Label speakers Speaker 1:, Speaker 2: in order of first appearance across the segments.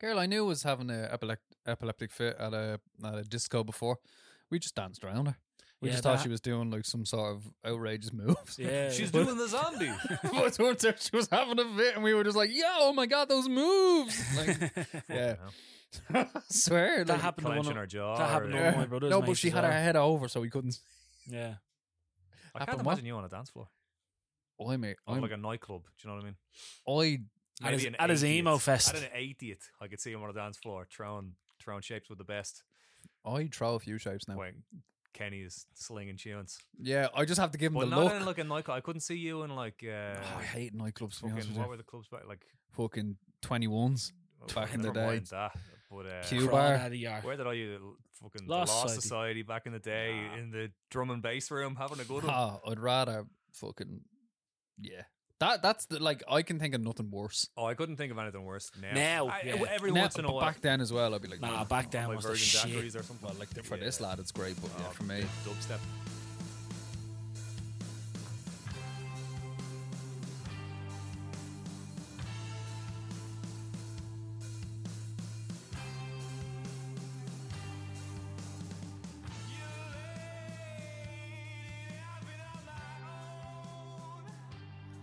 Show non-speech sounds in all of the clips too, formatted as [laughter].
Speaker 1: Girl I knew was having a epilec- epileptic fit at a at a disco before. We just danced around her. We
Speaker 2: Yeah,
Speaker 1: just thought
Speaker 2: that-
Speaker 1: she was doing like some sort of outrageous [laughs] moves.
Speaker 2: Yeah.
Speaker 3: She's
Speaker 2: But-
Speaker 3: doing
Speaker 1: [laughs]
Speaker 3: the zombie.
Speaker 1: but it turns out she was having a fit, and we were just like, "Yo, oh my god, those
Speaker 2: [laughs]
Speaker 1: moves!" [laughs] Like, yeah, [laughs] swear
Speaker 2: that
Speaker 1: like-
Speaker 2: happened to one
Speaker 3: clenching
Speaker 2: of,
Speaker 3: her jaw.
Speaker 2: that happened to one of my
Speaker 1: Yeah.
Speaker 2: brothers.
Speaker 1: No,
Speaker 2: mate,
Speaker 1: but she
Speaker 2: as
Speaker 1: had
Speaker 2: well.
Speaker 1: her head over, so we couldn't.
Speaker 2: Yeah.
Speaker 3: I can't
Speaker 1: happened
Speaker 3: imagine you on a dance floor.
Speaker 1: Oh, mate,
Speaker 3: Or
Speaker 1: I'm,
Speaker 3: like a nightclub. Do you know what I mean?
Speaker 1: I
Speaker 2: At his,
Speaker 3: Maybe an
Speaker 2: at his
Speaker 3: 80th.
Speaker 2: emo fest.
Speaker 3: At an 80th, I could see him on a dance floor throwing, throwing shapes with the best.
Speaker 1: I throw a few shapes now.
Speaker 3: When Kenny is slinging tunes.
Speaker 1: Yeah, I just have to give him
Speaker 3: But
Speaker 1: the
Speaker 3: not
Speaker 1: look.
Speaker 3: in like a nightclub. I couldn't see you in like. Uh,
Speaker 1: Oh, I hate nightclubs. To be honest
Speaker 3: fucking,
Speaker 1: with
Speaker 3: what
Speaker 1: you.
Speaker 3: were the clubs back like? uh,
Speaker 1: Fucking twenty ones. Back in the
Speaker 3: never
Speaker 1: day.
Speaker 3: mind That, but, uh,
Speaker 1: Cube.
Speaker 2: Crawled
Speaker 1: bar.
Speaker 2: out of the yard.
Speaker 3: Where did I you fucking
Speaker 2: Lost
Speaker 3: Lost,
Speaker 2: Society.
Speaker 3: Lost Society. back in the day
Speaker 2: Nah.
Speaker 3: in the drum and bass room having a good one?
Speaker 1: Ah, I'd rather fucking yeah. That that's the like I can think of nothing worse.
Speaker 3: Oh, I couldn't think of anything worse. Now,
Speaker 2: Now,
Speaker 3: I-
Speaker 2: yeah.
Speaker 3: every
Speaker 1: Now-
Speaker 3: once in a
Speaker 1: but
Speaker 3: while,
Speaker 1: Back then as well, I'd be like,
Speaker 2: Nah,
Speaker 1: "Oh,
Speaker 2: back down
Speaker 3: my
Speaker 2: was the
Speaker 3: Virgin
Speaker 2: shit.
Speaker 3: Daiquiris or something.
Speaker 1: Well, like for
Speaker 3: Yeah.
Speaker 1: this lad, it's great, but yeah,
Speaker 3: Oh,
Speaker 1: for me,
Speaker 3: dubstep.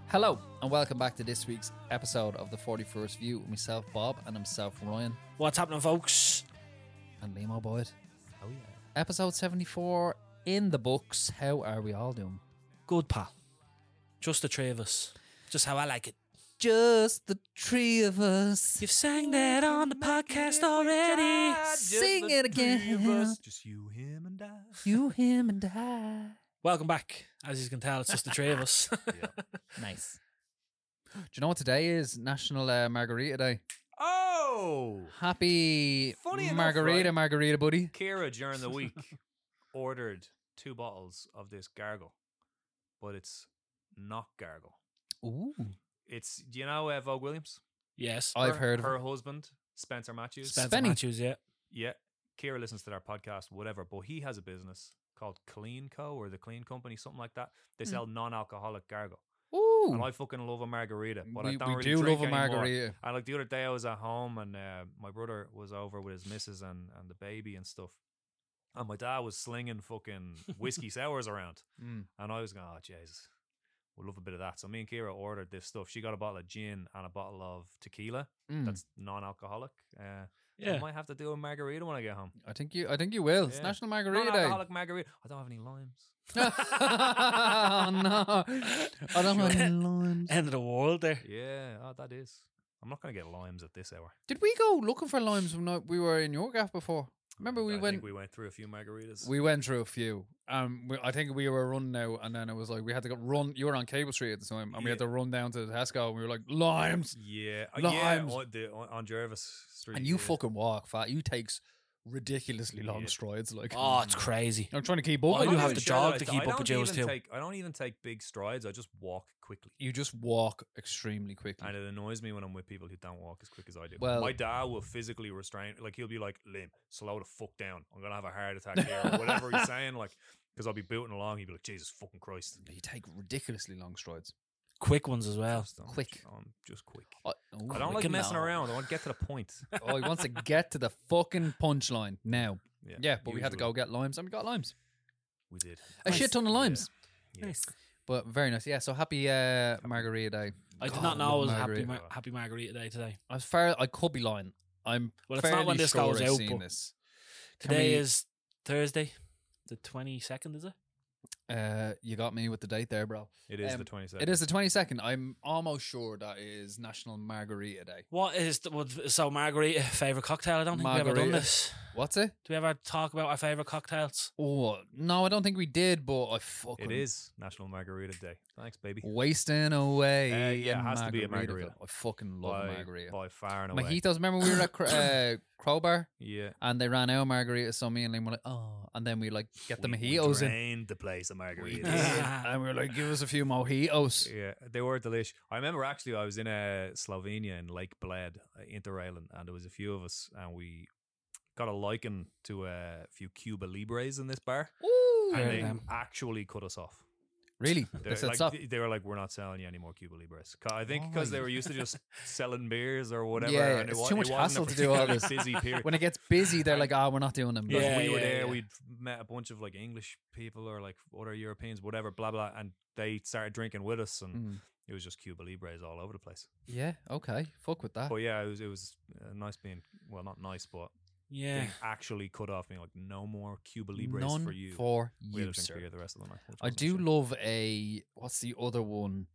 Speaker 1: Hello, and welcome back to this week's episode of The 41st View with myself, Bob, and himself, Ryan,
Speaker 2: What's happening, folks?
Speaker 1: and Limo Boyd.
Speaker 3: Oh yeah.
Speaker 1: Episode 74 in the books. How are we all doing?
Speaker 2: Good, pal. Just the three of us. Just how I like it.
Speaker 1: Just the three of us.
Speaker 2: You've sang that on the podcast already.
Speaker 1: Sing it again.
Speaker 3: Just you, him, and I.
Speaker 1: You, him, and I.
Speaker 2: Welcome back. As you can tell, it's just the three of us. [laughs]
Speaker 1: Nice. Do you know what today is? National uh, Margarita Day.
Speaker 3: Oh,
Speaker 1: Happy
Speaker 3: Funny enough,
Speaker 1: Margarita,
Speaker 3: right?
Speaker 1: Margarita, buddy.
Speaker 3: Kira during
Speaker 1: [laughs]
Speaker 3: the week ordered two bottles of this gargle, but it's not gargle.
Speaker 1: Ooh.
Speaker 3: It's do you know uh, Vogue Williams?
Speaker 2: yes.
Speaker 1: I've
Speaker 3: Her-
Speaker 1: heard of
Speaker 3: her
Speaker 1: it.
Speaker 3: husband Spencer Matthews.
Speaker 2: Spencer
Speaker 1: Spenny.
Speaker 2: Matthews, yeah.
Speaker 3: yeah, Kira listens to their podcast, whatever. But he has a business called Clean Co or the Clean Company, something like that. They sell non-alcoholic gargle,
Speaker 1: Ooh.
Speaker 3: and I fucking love a margarita. But
Speaker 1: we
Speaker 3: I don't
Speaker 1: we
Speaker 3: really
Speaker 1: do love
Speaker 3: drink
Speaker 1: a
Speaker 3: anymore.
Speaker 1: margarita.
Speaker 3: And like the other day, I was at home and uh, my brother was over with his missus and, and the baby and stuff. And my dad was slinging
Speaker 1: [laughs]
Speaker 3: fucking whiskey sours around.
Speaker 1: Mm.
Speaker 3: And I was going, oh, Jesus, we love a bit of that. So me and Kira ordered this stuff. She got a bottle of gin and a bottle of tequila
Speaker 1: Mm.
Speaker 3: that's non alcoholic. Uh, yeah. I
Speaker 2: Yeah.
Speaker 3: might have to do a margarita when I get home.
Speaker 1: I think you. I think you will. It's
Speaker 3: Yeah.
Speaker 1: National Margarita
Speaker 3: Non
Speaker 1: Day. [laughs]
Speaker 3: [laughs] alcoholic margarita. I don't have any limes.
Speaker 1: oh, no. I don't want any
Speaker 3: [laughs]
Speaker 1: limes.
Speaker 2: End of the world there.
Speaker 3: Yeah, oh, that is. I'm not going to get limes at this hour.
Speaker 1: Did we go looking for limes when I- we were in York Gaff before? Remember we
Speaker 3: I
Speaker 1: went
Speaker 3: Think we went through a few margaritas.
Speaker 1: we went through a few. Um, we, I think we were running out, and then it was like we had to go run. You were on Cable Street at the time, and we had
Speaker 3: Yeah.
Speaker 1: to run down to the Tesco, and we were like limes.
Speaker 3: yeah, uh,
Speaker 1: Limes.
Speaker 3: yeah, on, the, on, on Jervis Street.
Speaker 1: And you
Speaker 3: yeah.
Speaker 1: fucking walk fat. You takes ridiculously long
Speaker 3: Yeah.
Speaker 1: strides. Like
Speaker 2: Oh, it's crazy.
Speaker 1: I'm trying to keep up.
Speaker 2: I
Speaker 3: I'm
Speaker 2: do
Speaker 3: not
Speaker 2: have
Speaker 3: even
Speaker 2: to
Speaker 3: sure
Speaker 2: jog
Speaker 3: that I-
Speaker 2: to keep
Speaker 3: I
Speaker 2: up with
Speaker 3: don't
Speaker 2: Joe's
Speaker 3: even
Speaker 2: too.
Speaker 3: Take, I don't even take big strides. I just walk quickly,
Speaker 1: you just walk extremely quickly.
Speaker 3: and it annoys me when I'm with people who don't walk as quick as I do.
Speaker 1: Well-
Speaker 3: my dad will physically restrain. Like he'll be like, "Lim, slow the fuck down. I'm gonna have a heart attack here, or whatever
Speaker 1: [laughs]
Speaker 3: he's saying." Like, because I'll be booting along, he'd be like, "Jesus fucking Christ,
Speaker 1: You take ridiculously long strides.
Speaker 2: Quick ones as well.
Speaker 3: Just- I'm
Speaker 1: quick.
Speaker 3: just- I'm, just quick."
Speaker 1: I,
Speaker 3: I don't like
Speaker 1: no.
Speaker 3: messing around. I want to get to the
Speaker 1: [laughs]
Speaker 3: point.
Speaker 1: Oh, he wants to get to the fucking punchline now.
Speaker 3: Yeah,
Speaker 1: Yeah, but we had to go
Speaker 3: usually.
Speaker 1: get limes, and we got limes.
Speaker 3: We did.
Speaker 1: A shit ton of limes.
Speaker 3: Yeah.
Speaker 2: Nice.
Speaker 1: But very nice. Yeah, so happy uh, Margarita Day.
Speaker 2: I did
Speaker 1: God,
Speaker 2: not know it
Speaker 1: love
Speaker 2: was a happy,
Speaker 1: margarita.
Speaker 2: mar- happy margarita day today.
Speaker 1: As far I could be lying. I'm
Speaker 2: Well, it's not
Speaker 1: fairly
Speaker 2: when this
Speaker 1: sure
Speaker 2: goes
Speaker 1: I've
Speaker 2: out,
Speaker 1: seen
Speaker 2: but
Speaker 1: this. Can
Speaker 2: Today
Speaker 1: we-
Speaker 2: is Thursday, the 22nd, is it?
Speaker 1: Uh, you got me with the date there, bro.
Speaker 3: It is
Speaker 1: Um,
Speaker 3: the 22nd.
Speaker 1: It is the 22nd. I'm almost sure that is National Margarita Day.
Speaker 2: What is the, what, so margarita favorite cocktail? I don't think we've ever done
Speaker 1: Margarita.
Speaker 2: this.
Speaker 1: What's it?
Speaker 2: Do we ever talk about our favorite cocktails?
Speaker 1: Oh no, I don't think we did. But I fucking
Speaker 3: It is National Margarita Day. Thanks, baby.
Speaker 1: wasting away.
Speaker 3: Uh, yeah,
Speaker 1: in
Speaker 3: it has to be a
Speaker 1: Margaritaville.
Speaker 3: margarita.
Speaker 1: I fucking love
Speaker 3: By,
Speaker 1: margarita.
Speaker 3: by far and away.
Speaker 1: Mojitos. Remember we were
Speaker 3: [coughs]
Speaker 1: at Cro- uh, Crowbar
Speaker 3: Yeah.
Speaker 1: and they ran out of margaritas. So me and Liam were like, oh, and then we like get the
Speaker 3: We- we
Speaker 1: mojitos in.
Speaker 3: drained the place of margaritas.
Speaker 1: and we were like, give us a few mojitos.
Speaker 3: Yeah, they were delish. I remember actually, I was in uh, Slovenia in Lake Bled, uh, Interrailing, and there was a few of us, and we got a liken to a few Cuba Libres in this bar,
Speaker 1: Ooh.
Speaker 3: and
Speaker 2: Heard of
Speaker 3: they
Speaker 2: them.
Speaker 3: actually cut us off.
Speaker 1: Really?
Speaker 3: [laughs] They're
Speaker 1: They said
Speaker 3: like,
Speaker 1: stop.
Speaker 3: th- They were like, we're not selling you any more Cuba Libres. 'Cause I think
Speaker 1: Oh
Speaker 3: because
Speaker 1: my
Speaker 3: they were used to just
Speaker 1: [laughs]
Speaker 3: selling beers or whatever.
Speaker 1: Yeah, yeah,
Speaker 3: and
Speaker 1: it's
Speaker 3: wa-
Speaker 1: too much
Speaker 3: wasn't a
Speaker 1: hassle to do all
Speaker 3: particularly
Speaker 1: this.
Speaker 3: Busy
Speaker 1: [laughs]
Speaker 3: period. [laughs]
Speaker 1: When it gets busy, they're like, "Oh, we're not doing them."
Speaker 3: Like,
Speaker 2: Yeah,
Speaker 3: we were
Speaker 2: yeah,
Speaker 3: there.
Speaker 2: yeah.
Speaker 3: We'd met a bunch of like English people or like other Europeans, whatever, blah blah, and they started drinking with us, and
Speaker 1: Mm.
Speaker 3: it was just Cuba Libres all over the place.
Speaker 1: Yeah. Okay. Fuck with that.
Speaker 3: But yeah, it was it was uh, nice being well, not nice, but
Speaker 2: Yeah.
Speaker 3: they actually cut off being like no more Cuba Libres
Speaker 1: None
Speaker 3: for you.
Speaker 1: for
Speaker 3: we
Speaker 1: you,
Speaker 3: had to drink
Speaker 1: sir.
Speaker 3: beer the rest of the night. which
Speaker 1: I
Speaker 3: wasn't a
Speaker 1: do
Speaker 3: shame.
Speaker 1: love a what's the other one?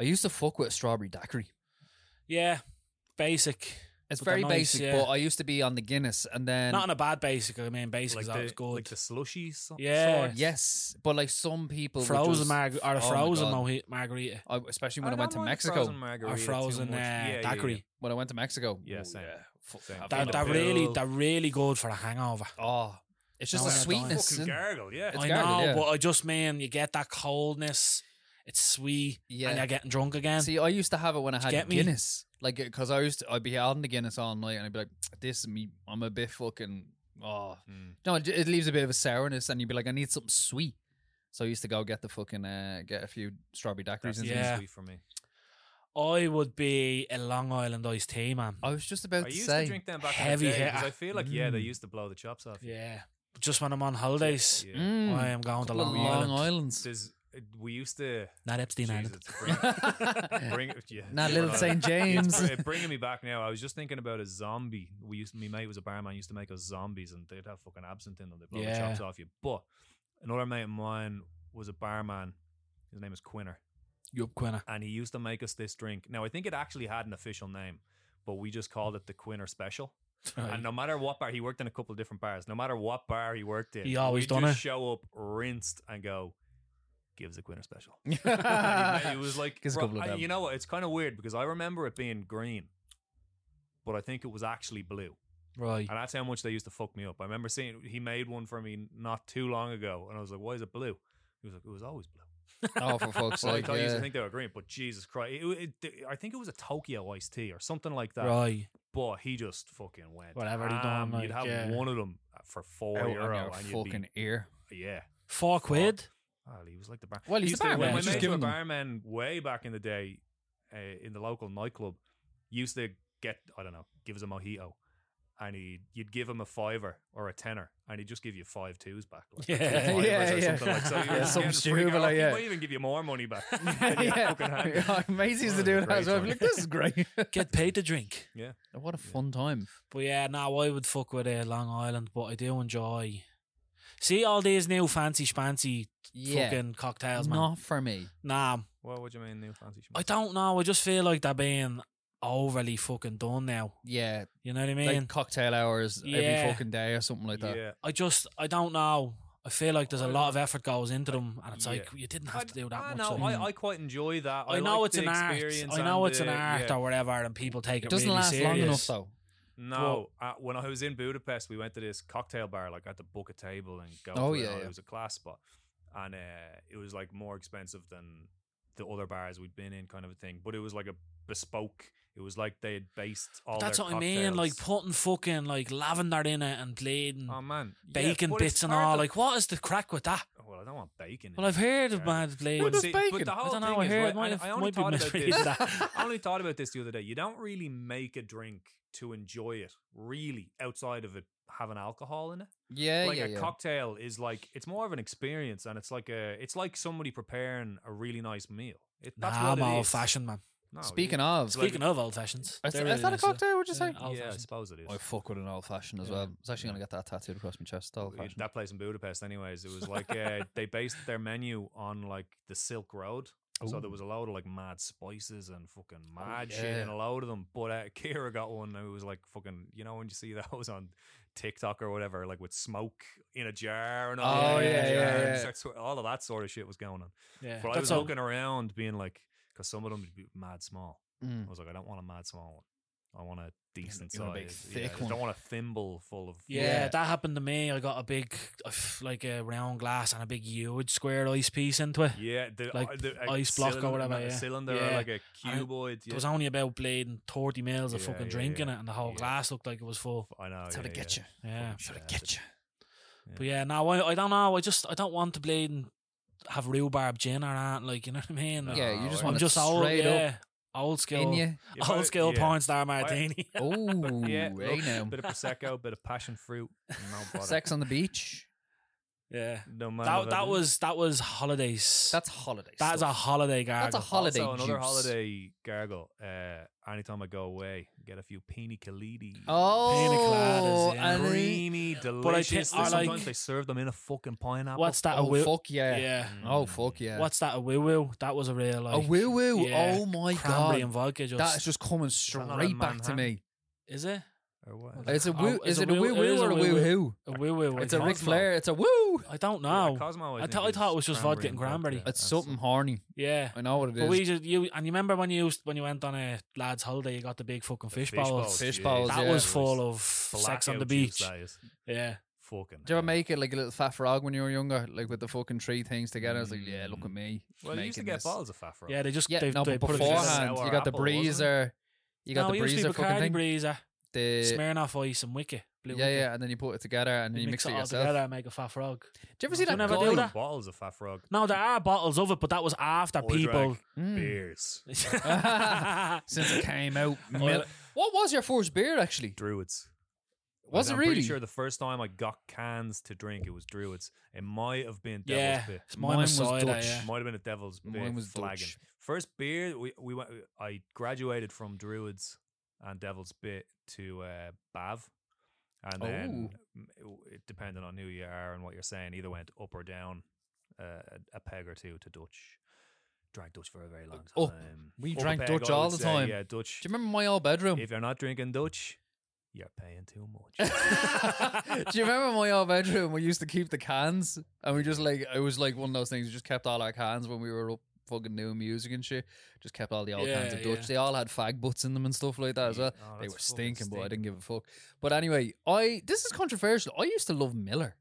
Speaker 1: I used to fuck with a strawberry daiquiri.
Speaker 2: Yeah. Basic.
Speaker 1: It's
Speaker 2: But they're
Speaker 1: very
Speaker 2: nice,
Speaker 1: basic,
Speaker 2: yeah.
Speaker 1: but I used to be on the Guinness, and then
Speaker 2: Not on a bad basic. I mean, basic
Speaker 3: like
Speaker 2: is
Speaker 3: the,
Speaker 2: always good.
Speaker 3: like the slushy. So-
Speaker 2: Yeah.
Speaker 3: sort.
Speaker 1: yes, but like some people would
Speaker 2: frozen
Speaker 1: just-
Speaker 2: marg or
Speaker 1: oh
Speaker 2: a
Speaker 1: my
Speaker 2: frozen
Speaker 1: God.
Speaker 2: mohi- margarita
Speaker 1: I, especially
Speaker 3: I
Speaker 1: when I, went
Speaker 3: don't
Speaker 1: to
Speaker 3: mind
Speaker 1: Mexico.
Speaker 3: frozen
Speaker 2: or
Speaker 3: margarita too
Speaker 2: frozen uh,
Speaker 3: much. Yeah, yeah, yeah.
Speaker 2: daiquiri.
Speaker 1: When I went to Mexico,
Speaker 3: Yeah,
Speaker 1: oh,
Speaker 3: same.
Speaker 1: Fuck,
Speaker 3: Same.
Speaker 1: I've
Speaker 3: That-
Speaker 1: been
Speaker 2: They're,
Speaker 1: to-
Speaker 2: they're really,
Speaker 3: Bill.
Speaker 2: they're really good for a hangover.
Speaker 1: oh, it's just
Speaker 2: No,
Speaker 1: a
Speaker 2: I don't.
Speaker 1: sweetness. isn't
Speaker 3: Fucking
Speaker 1: it?
Speaker 3: gargle, yeah.
Speaker 1: It's
Speaker 2: I
Speaker 1: garlic,
Speaker 2: know,
Speaker 1: yeah.
Speaker 2: but I just mean you get that coldness. It's sweet, and
Speaker 1: Yeah.
Speaker 2: you're getting drunk again.
Speaker 1: See, I used to have it when I had
Speaker 2: get me?
Speaker 1: Guinness, like because I used to, I'd be on the Guinness all night, and I'd be like, "This is me, I'm a bit fucking oh
Speaker 3: Mm.
Speaker 1: no, it, it leaves a bit of a sourness, and you'd be like, I need something sweet." So I used to go get the fucking uh, get a few strawberry daiquiris.
Speaker 3: That's
Speaker 1: And
Speaker 3: too
Speaker 1: yeah.
Speaker 2: Yeah.
Speaker 3: sweet for me.
Speaker 2: I would be a Long Island iced tea man.
Speaker 1: I was just about
Speaker 3: I
Speaker 1: to
Speaker 3: used
Speaker 1: say,
Speaker 3: to drink them back
Speaker 2: heavy
Speaker 3: in the day 'cause
Speaker 2: hitter.
Speaker 3: I feel like yeah, they
Speaker 1: Mm.
Speaker 3: used to blow the chops off. you.
Speaker 2: Yeah, just when I'm on holidays,
Speaker 3: Yeah.
Speaker 1: Mm,
Speaker 2: I am going to
Speaker 1: couple of
Speaker 2: uh, Long,
Speaker 1: Long
Speaker 2: Island.
Speaker 1: Islands.
Speaker 3: There's- uh, we used to
Speaker 2: Not Epstein
Speaker 3: Jesus,
Speaker 2: Island.
Speaker 1: [laughs]
Speaker 3: bring, bring it- yeah,
Speaker 1: Not
Speaker 3: we're
Speaker 1: Little St.
Speaker 3: [laughs] It's
Speaker 1: James. [laughs]
Speaker 3: br- bringing me back now. I was just thinking about a zombie. We used, my mate was a barman. Used to make us zombies, and they'd have fucking absinthe in them. They blow the chops off you. But another mate of mine was a barman. His name is Quinner,
Speaker 2: Yup, [laughs] Quinna.
Speaker 3: and he used to make us this drink. Now I think it actually had an official name, but we just called it the Quinner Special. And no matter what bar he worked in, a couple of different bars. No matter what bar he worked in,
Speaker 2: He always
Speaker 3: we'd
Speaker 2: done
Speaker 3: just
Speaker 2: it.
Speaker 3: Show up rinsed and go. Gives a Quinner special. [laughs] And he
Speaker 1: yeah,
Speaker 3: it was like,
Speaker 1: Gives a
Speaker 3: bro,
Speaker 1: couple of
Speaker 3: I-
Speaker 1: them.
Speaker 3: you know what? It's kind of weird because I remember it being green, but I think it was actually blue,
Speaker 2: Right.
Speaker 3: and that's how much they used to fuck me up. I remember seeing he made one for me not too long ago, and I was like, "Why is it blue?" He was like, "It was always blue."
Speaker 1: [laughs] oh for fuck's
Speaker 3: So I
Speaker 1: sake,
Speaker 3: thought I used
Speaker 1: yeah.
Speaker 3: to think they were green, but Jesus Christ, it, it- I think it was a Tokyo iced tea or something like that.
Speaker 2: Right.
Speaker 3: But he just fucking went
Speaker 2: Whatever he done,
Speaker 3: ham. You'd
Speaker 2: like,
Speaker 3: have
Speaker 2: yeah.
Speaker 3: one of them for four
Speaker 1: Out on
Speaker 3: euro,
Speaker 1: your
Speaker 3: and you'd
Speaker 1: Oh, fucking
Speaker 3: [laughs]
Speaker 1: ear.
Speaker 3: be yeah.
Speaker 2: Four quid.
Speaker 3: Well, he was like the bar.
Speaker 1: Well, he's
Speaker 3: He
Speaker 1: the
Speaker 3: used to-
Speaker 1: barman,
Speaker 3: When my
Speaker 1: he's just
Speaker 3: mates were
Speaker 1: giving them.
Speaker 3: barman way back in the day, uh, in the local nightclub, used to get I don't know, give us a mojito, and he you'd give him a fiver or a tenner, and he'd just give you five twos back,
Speaker 2: [laughs]
Speaker 3: like,
Speaker 2: Yeah.
Speaker 3: two
Speaker 1: [laughs]
Speaker 3: fivers
Speaker 1: Yeah,
Speaker 3: or
Speaker 1: yeah.
Speaker 3: something like so. you
Speaker 1: [laughs]
Speaker 2: Yeah,
Speaker 3: were just
Speaker 1: something
Speaker 3: getting free
Speaker 1: stupid
Speaker 3: go-
Speaker 1: like,
Speaker 3: He
Speaker 1: yeah.
Speaker 3: might even give you more money back. than you [laughs] fucking had.
Speaker 1: [laughs] yeah, [laughs] Maze used to do that as well. Like, this is great.
Speaker 2: Get paid to drink.
Speaker 1: Oh, what a fun time!
Speaker 2: But yeah, now I would fuck with uh, Long Island, but I do enjoy. See all these new fancy spancy
Speaker 1: Yeah,
Speaker 2: fucking cocktails, man.
Speaker 1: not for me.
Speaker 2: Nah,
Speaker 3: Well, what do you mean, new fancy?
Speaker 2: I don't know. I just feel like they're being overly fucking done now.
Speaker 1: Yeah,
Speaker 2: You know what I mean?
Speaker 1: like cocktail hours
Speaker 2: Yeah.
Speaker 1: every fucking day or something like that.
Speaker 3: Yeah,
Speaker 2: I just, I don't know. I feel like there's a
Speaker 3: I
Speaker 2: lot of effort goes into them, and it's
Speaker 3: yeah.
Speaker 2: like you didn't have to do that
Speaker 3: I
Speaker 2: much.
Speaker 3: know.
Speaker 2: like-
Speaker 3: I, I quite enjoy that.
Speaker 2: I know
Speaker 3: like
Speaker 2: it's
Speaker 3: the
Speaker 2: an art.
Speaker 3: experience
Speaker 2: I know
Speaker 3: and
Speaker 2: it's an
Speaker 3: the-
Speaker 2: art
Speaker 3: yeah.
Speaker 2: or whatever, and people take it,
Speaker 1: It doesn't
Speaker 2: really
Speaker 1: last
Speaker 2: serious.
Speaker 1: long enough
Speaker 3: [laughs]
Speaker 1: though.
Speaker 3: No, uh, when I was in Budapest, we went to this cocktail bar. Like, I had to book a table and go.
Speaker 1: Oh,
Speaker 3: to it.
Speaker 1: yeah,
Speaker 3: and
Speaker 1: yeah.
Speaker 3: It was a class spot, and uh, it was like more expensive than the other bars we'd been in, kind of a thing. But it was like a bespoke. It was like they had based all.
Speaker 2: That's
Speaker 3: their
Speaker 2: what I mean. Like
Speaker 3: cocktails-
Speaker 2: putting fucking like lavender in it and bleeding
Speaker 3: oh man, yeah,
Speaker 2: bacon
Speaker 3: but it's
Speaker 2: bits and
Speaker 3: part
Speaker 2: all.
Speaker 3: of-
Speaker 2: like, what is the crack with that?
Speaker 3: well, I don't want bacon. in
Speaker 2: Well, I've
Speaker 3: it.
Speaker 2: heard
Speaker 3: Yeah.
Speaker 2: of mad
Speaker 1: What
Speaker 2: bleeding.
Speaker 1: does
Speaker 3: See,
Speaker 1: bacon?
Speaker 3: But the
Speaker 1: I
Speaker 3: whole
Speaker 2: I don't know.
Speaker 3: thing
Speaker 2: I
Speaker 3: is,
Speaker 2: heard.
Speaker 3: right,
Speaker 2: might have,
Speaker 3: I, I only
Speaker 2: might be
Speaker 3: thought about
Speaker 2: [laughs]
Speaker 3: this.
Speaker 2: misreading that.
Speaker 3: I only thought about this the other day. You don't really make a drink to enjoy it, really, outside of it having alcohol in it.
Speaker 1: [laughs] Yeah,
Speaker 3: like
Speaker 1: yeah,
Speaker 3: a
Speaker 1: yeah.
Speaker 3: cocktail is like it's more of an experience and it's like a it's like somebody preparing a really nice meal it, that's
Speaker 2: nah, I'm
Speaker 3: what it
Speaker 2: old
Speaker 3: is.
Speaker 2: fashioned, man.
Speaker 3: No,
Speaker 1: Speaking
Speaker 3: yeah.
Speaker 1: of,
Speaker 3: It's like-
Speaker 2: Speaking of old fashions,
Speaker 1: is, is that a cocktail? Would you say?
Speaker 2: old
Speaker 3: yeah i
Speaker 2: fashioned.
Speaker 3: suppose it is
Speaker 1: I fuck with an old fashioned as
Speaker 2: Yeah.
Speaker 1: well. I was actually gonna get that tattooed across my chest. Old
Speaker 3: It-
Speaker 1: fashioned.
Speaker 3: that place in budapest anyways it was
Speaker 1: [laughs]
Speaker 3: like uh, they based their menu on like the silk road
Speaker 2: Oh.
Speaker 3: so there was a load of like mad spices and fucking mad shit
Speaker 1: yeah.
Speaker 3: and a load of them but uh, kira got one and it was like fucking you know when you see [laughs] those on tiktok or whatever like with smoke in a jar and all
Speaker 2: Oh,
Speaker 3: that, in a
Speaker 2: yeah,
Speaker 3: jar,
Speaker 2: yeah,
Speaker 3: and
Speaker 1: yeah.
Speaker 3: sex- all of that sort of shit was going on
Speaker 2: Yeah,
Speaker 3: But I was
Speaker 2: that's all.
Speaker 3: looking around, being like, because some of them would be mad small.
Speaker 1: Mm.
Speaker 3: I was like, I don't want a mad small one. I want a decent
Speaker 1: you want a big
Speaker 3: size.
Speaker 1: thick
Speaker 3: yeah, I
Speaker 1: one.
Speaker 3: don't want a thimble full of.
Speaker 2: Yeah,
Speaker 1: Yeah.
Speaker 2: that happened to me. I got a big, uh, f- like a round glass and a big huge square ice piece into it.
Speaker 3: Yeah, the,
Speaker 2: Like
Speaker 3: uh, the,
Speaker 2: ice block or
Speaker 3: cylinder-
Speaker 2: whatever,
Speaker 3: not A
Speaker 2: yeah.
Speaker 3: cylinder, or
Speaker 2: Yeah.
Speaker 3: like a
Speaker 2: And it-
Speaker 3: cuboid.
Speaker 2: There
Speaker 3: Yeah.
Speaker 2: was only about bleeding 30 mils of
Speaker 3: Yeah,
Speaker 2: fucking
Speaker 3: yeah,
Speaker 2: drink in
Speaker 3: yeah.
Speaker 2: it, and the whole
Speaker 3: Yeah.
Speaker 2: glass looked like it was full.
Speaker 3: I know.
Speaker 1: That's how to
Speaker 3: yeah, yeah.
Speaker 1: get you.
Speaker 2: Yeah.
Speaker 1: Should
Speaker 3: Yeah,
Speaker 1: get you.
Speaker 2: But yeah, now I, I don't know. I just I don't want the bleeding have rhubarb gin or not. Like you know what I mean? Like,
Speaker 1: yeah,
Speaker 3: No,
Speaker 1: you just
Speaker 3: I'm
Speaker 1: want
Speaker 2: I'm
Speaker 1: it
Speaker 2: just old,
Speaker 1: straight up
Speaker 2: yeah, old
Speaker 1: in
Speaker 2: school,
Speaker 1: you.
Speaker 3: Yeah,
Speaker 2: old
Speaker 3: but-
Speaker 2: school
Speaker 3: yeah.
Speaker 2: porn star martini. [laughs]
Speaker 1: Oh,
Speaker 3: [laughs] Yeah,
Speaker 1: yeah, hey
Speaker 3: look,
Speaker 1: now.
Speaker 3: bit of prosecco, bit of passion fruit,
Speaker 2: [laughs]
Speaker 3: no bother.
Speaker 1: Sex on the beach.
Speaker 2: yeah,
Speaker 3: No man
Speaker 2: that,
Speaker 3: of
Speaker 2: that
Speaker 3: it.
Speaker 2: was that was holidays.
Speaker 1: That's holiday.
Speaker 2: that's a
Speaker 1: stuff.
Speaker 2: holiday gargle.
Speaker 1: That's a holiday.
Speaker 3: Also, another
Speaker 1: juice.
Speaker 3: holiday gargle. Uh, anytime I go away, get a few pini calidi.
Speaker 1: Oh,
Speaker 2: Pina coladas, Oh, yeah.
Speaker 1: and then-
Speaker 3: creamy,
Speaker 2: I
Speaker 3: delicious.
Speaker 2: think- I
Speaker 3: They sometimes
Speaker 2: like-
Speaker 3: they serve them in a fucking pineapple. Mm.
Speaker 2: What's that? a
Speaker 1: oh
Speaker 2: woo-
Speaker 1: fuck yeah.
Speaker 2: yeah.
Speaker 1: Oh fuck yeah.
Speaker 2: What's that? A woo woo? That was a real like
Speaker 1: a woo woo?
Speaker 2: yeah,
Speaker 1: oh my
Speaker 2: cranberry and
Speaker 1: god,
Speaker 2: vodka. Just
Speaker 1: that is just coming
Speaker 3: that not
Speaker 1: straight
Speaker 3: in
Speaker 1: back to
Speaker 3: Manhattan?
Speaker 1: me.
Speaker 2: is it
Speaker 3: Or what?
Speaker 2: Like,
Speaker 1: It's a
Speaker 2: oh,
Speaker 1: woo.
Speaker 2: it's
Speaker 1: Is
Speaker 2: a
Speaker 1: it a
Speaker 2: woo-
Speaker 1: woo
Speaker 2: it
Speaker 1: woo
Speaker 2: is
Speaker 1: or
Speaker 2: a
Speaker 1: a
Speaker 2: woo-woo.
Speaker 1: woo hoo?
Speaker 2: a woo woo?
Speaker 1: It's a Ric
Speaker 3: Cosmo.
Speaker 1: Flair. It's a woo.
Speaker 2: I don't
Speaker 3: Yeah,
Speaker 2: know.
Speaker 3: Cosmo,
Speaker 2: I
Speaker 3: I,
Speaker 2: thought- I thought it was just vodka and cranberry.
Speaker 1: It's something horny.
Speaker 2: Yeah.
Speaker 1: I know what it
Speaker 2: But we
Speaker 1: is.
Speaker 2: just you and you remember when you used, when you went on a lads holiday, you got the big fucking fish, bowls.
Speaker 1: Fish bowls,
Speaker 2: That
Speaker 1: yeah.
Speaker 2: was full of sex on the beach. Yeah,
Speaker 3: Fucking.
Speaker 1: Do you ever
Speaker 3: hell.
Speaker 1: make it like a little fat frog when you were younger, like with the fucking three things together? It's like, yeah,
Speaker 3: Mm.
Speaker 1: look at me.
Speaker 3: Well, you used to
Speaker 1: making
Speaker 3: get
Speaker 1: this.
Speaker 3: bottles of Fafra.
Speaker 2: yeah. They just
Speaker 1: Yeah,
Speaker 2: they,
Speaker 1: no,
Speaker 2: they
Speaker 1: but
Speaker 2: put it together.
Speaker 3: as a
Speaker 1: beforehand,
Speaker 3: sour
Speaker 1: you got the
Speaker 3: apple, wasn't it?
Speaker 1: breezer, you got
Speaker 2: no,
Speaker 1: the
Speaker 2: it used to
Speaker 1: breezer
Speaker 2: be
Speaker 1: fucking
Speaker 2: Bacardi
Speaker 1: thing.
Speaker 2: breezer,
Speaker 1: The,
Speaker 2: Smirnoff Ice, and Wicked. Blue
Speaker 1: yeah,
Speaker 2: Wicked.
Speaker 1: yeah, and then you put it together and then
Speaker 2: You
Speaker 1: you mix it
Speaker 2: all
Speaker 1: yourself.
Speaker 2: together
Speaker 1: Did
Speaker 2: and make a fat frog.
Speaker 1: you ever see
Speaker 2: Do you
Speaker 1: that
Speaker 2: never do
Speaker 1: guy?
Speaker 2: that?
Speaker 3: Bottles of Fafrog.
Speaker 2: No, there are bottles of it, but that was after
Speaker 3: I
Speaker 2: people.
Speaker 1: [laughs]
Speaker 2: [laughs]
Speaker 3: drank
Speaker 1: Mm.
Speaker 3: Beers.
Speaker 1: Since it came [laughs] out, mil-
Speaker 2: Well-
Speaker 1: what was your first beer actually?
Speaker 3: Druids.
Speaker 1: Was
Speaker 3: I'm
Speaker 1: it really?
Speaker 3: pretty sure the first time I got cans to drink, it was Druids. It might have been Devil's
Speaker 2: yeah,
Speaker 3: Bit.
Speaker 2: it's mine
Speaker 1: Mine
Speaker 2: was
Speaker 1: was
Speaker 2: cider,
Speaker 1: Dutch.
Speaker 2: yeah.
Speaker 3: Might have been a Devil's Bit.
Speaker 1: Mine was
Speaker 3: flagon.
Speaker 1: Dutch.
Speaker 3: First beer we, we went. I graduated from Druids and Devil's Bit to uh, Bav, and then
Speaker 1: Oh.
Speaker 3: m- it, depending on who you are and what you're saying, either went up or down uh, a, a peg or two to Dutch. Drank Dutch for a very long
Speaker 1: Up.
Speaker 3: time.
Speaker 1: Uh, oh, We
Speaker 3: Up a
Speaker 1: drank
Speaker 3: peg,
Speaker 1: Dutch
Speaker 3: I
Speaker 1: all
Speaker 3: would
Speaker 1: the
Speaker 3: say,
Speaker 1: time.
Speaker 3: Yeah, Dutch.
Speaker 1: Do you remember my old bedroom?
Speaker 3: If you're not drinking Dutch, you're paying too much.
Speaker 1: [laughs] Do you remember my old bedroom? We used to keep the cans, and we just like it was like one of those things. We just kept all our cans when we were up fucking new music and shit. Just kept all the old cans of
Speaker 2: Yeah,
Speaker 1: Dutch.
Speaker 2: yeah.
Speaker 1: They all had fag butts in them and stuff like that as well.
Speaker 3: Oh,
Speaker 1: they
Speaker 3: that's
Speaker 1: were
Speaker 3: fucking
Speaker 1: stinking, but I didn't give a fuck. But anyway, I this is controversial. I used to love Miller.